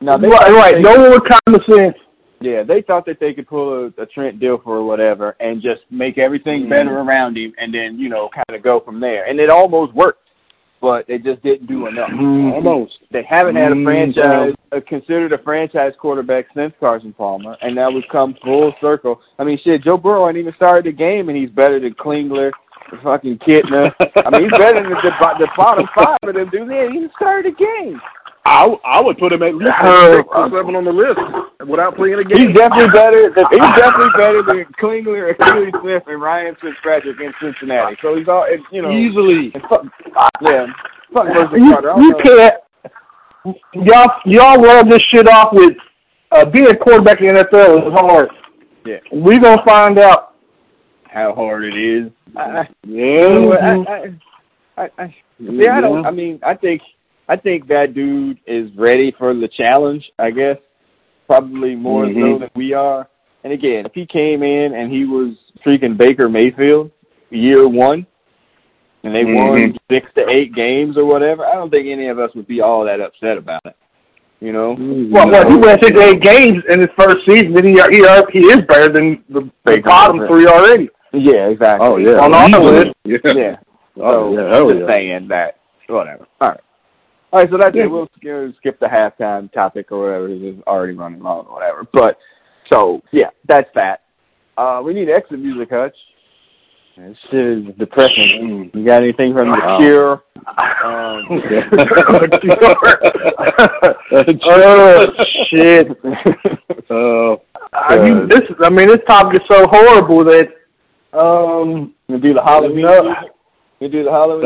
Now they right, right. No one with common sense. yeah, they thought that they could pull a, a Trent Dilfer or whatever and just make everything better around him, and then you know kind of go from there. And it almost worked, but they just didn't do enough. Almost. They haven't had a Mm, franchise uh, considered a franchise quarterback since Carson Palmer, and now we've come full circle. I mean, shit, Joe Burrow ain't even started the game, and he's better than Klingler, fucking Kitna. I mean, he's better than the, bo- the bottom five of them dudes. He ain't even started the game. I, I would put him at least Uh, six or seven on the list without playing a He's game. definitely better. Than, he's Ah, definitely better than Klingler, Achilles Smith, and Ryan Fitzpatrick in Cincinnati. So he's all, and, you know, Easily. and fuck, yeah, fuck Moses you, Carter. I you don't know. can't. Y'all, y'all rub this shit off with uh, being a quarterback in the NFL is hard. Yeah. We gonna find out. How hard it is. I, I, Yeah. I, I, I, yeah, I don't. I mean, I think, I think that dude is ready for the challenge. I guess probably more so Mhm. than we are. And again, if he came in and he was freaking Baker Mayfield year one, and they won Mhm. six to eight games or whatever, I don't think any of us would be all that upset about it. You know, Mm-hmm. Well, well, he went six eight games in his first season. Then he he, uh, he is better than the, the Baker bottom Mayfield. three already. yeah, exactly. Oh, yeah. On all the Easily. list. *laughs* Yeah. yeah. Oh, So yeah. Hell just yeah. saying that, whatever. All right, all right. So that's Yeah. it. We'll skip, skip the halftime topic or whatever. It's already running long, or whatever. But so yeah, that's that. Uh, we need exit music, Hutch. Mm. This shit is depressing. You got anything from the Wow. *laughs* Cure? Uh, Um, Oh shit! Uh, I mean, this I mean this topic is so horrible that um you do the Halloween. No. music? You do the Halloween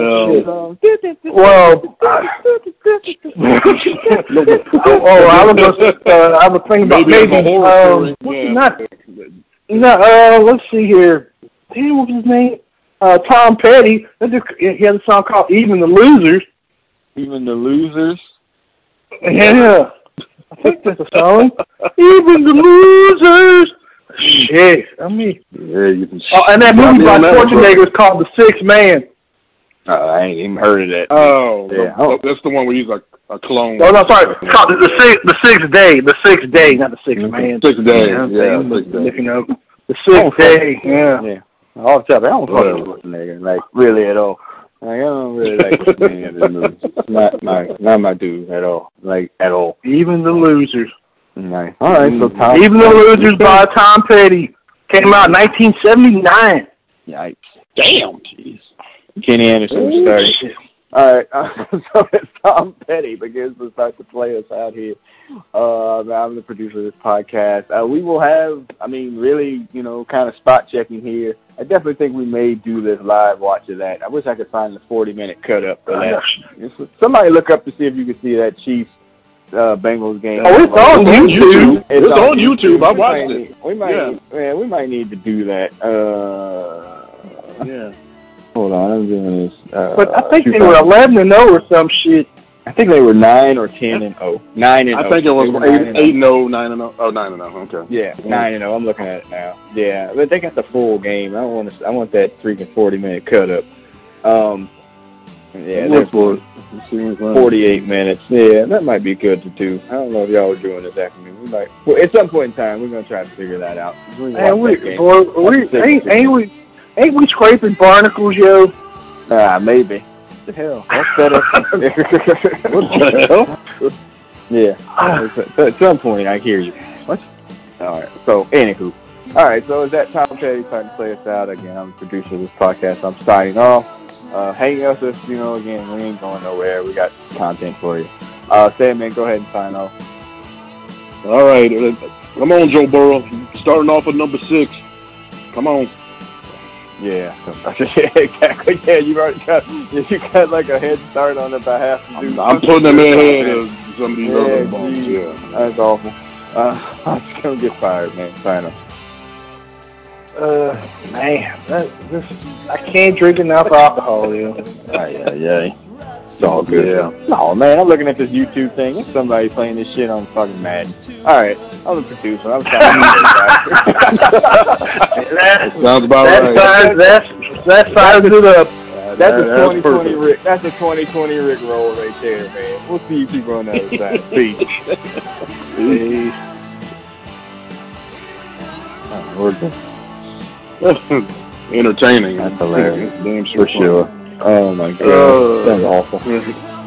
Um, music song. *laughs* well. I, Uh, *laughs* oh, I was just, uh, I was thinking about Maybe maybe, a horror um, story, yeah. not no. Uh, let's see here. Damn, what was his name? Uh, Tom Petty. That just, he had a song called "Even the Losers." Even the losers. Yeah, I think that's a song. Even the *laughs* losers. Shit, I mean, yeah, you can oh, and that movie by Drop me on that one, bro. Schwarzenegger is called The Sixth Man. Uh, I ain't even heard of that. Oh, Yeah. the- that's the one where he's a, a clone. Oh no, sorry, it's called the, the sixth, the sixth day, the sixth day, not the 6th man. Six days, yeah, I'm six days. looking up the sixth day. Yeah. Oh, Yeah. Off the top, I don't fuck Whatever. with Schwarzenegger, like really at all. Like I don't really like *laughs* Schwarzenegger in movies. It's Not my, not my dude at all. mm-hmm. Like at all. Even the losers. Nice. All right, so Tom. Even the Losers by Tom Petty came out in 1979. Yikes. Damn. Kenny Anderson was starting. All right, *laughs* uh, so as Tom Petty begins to start to play us out here, uh, I'm the producer of this podcast. Uh, we will have, I mean, really, you know, kind of spot checking here. I definitely think we may do this live watch of that. I wish I could find the 40 minute cut up for *laughs* that. Somebody look up to see if you can see that Chiefs uh, Bengals game. Oh, it's on YouTube. It's, on YouTube. I We watched might it. need- We might, Yeah. man, we might need to do that. Uh, Yeah. hold on, I'm doing this. Uh, But I think they 2000. were 11 and 0 or some shit. I think they were nine or ten and oh. Nine and I oh. think it was They were nine eight, and eight and oh, nine and oh. Oh, nine and oh. Okay. Yeah, nine and oh. I'm looking at it now. Yeah, but they got the full game. I want to. I want that freaking forty minute cut up. Um, yeah, Look they're for it. Let's see what's on. forty eight minutes. Yeah, that might be good to do. I don't know if y'all are doing this after me. We might. Well, at some point in time, we're gonna try to figure that out. We're gonna Man, watch we, that game. boy, we, ain't, ain't we ain't we scraping barnacles, yo? Ah, maybe. What the hell? That's better. *laughs* what the hell? *laughs* Yeah. At some point, I hear you. What? All right. So, anywho. All right. So, is that Tom Petty starting to play us out again? I'm the producer of this podcast. I'm signing off. Uh, hang out with us. You know, again, we ain't going nowhere. We got content for you. Uh, Sam, man, go ahead and sign off. All right. uh, Come on, Joe Burrow. Starting off at number six. Come on. Yeah. yeah, *laughs* exactly. Yeah, you've already got you got like a head start on about half. the dudes. I'm, I'm putting them in ahead of some of these other Yeah, bums. geez. Yeah. That's awful. Uh, *laughs* I'm just gonna get fired, man. Sign up. Uh, man, that, this, I can't drink enough alcohol, yo. Yeah, yeah. It's all good. Yeah. No, man. I'm looking at this YouTube thing. It's somebody playing this shit on fucking Madden. All right, I'm the producer. I'm *laughs* sorry. That's Sounds about that right. size, that's that size it up. *laughs* That's a That- 2020 that's perfect. Rick. That's a 2020 Rick roll right there, man. We'll see you people on the other *laughs* side. Peace. Peace. Oh, we're good. *laughs* Entertaining. That's hilarious. Damn For sure. sure. Oh my god, Uh, that's awful. Yeah.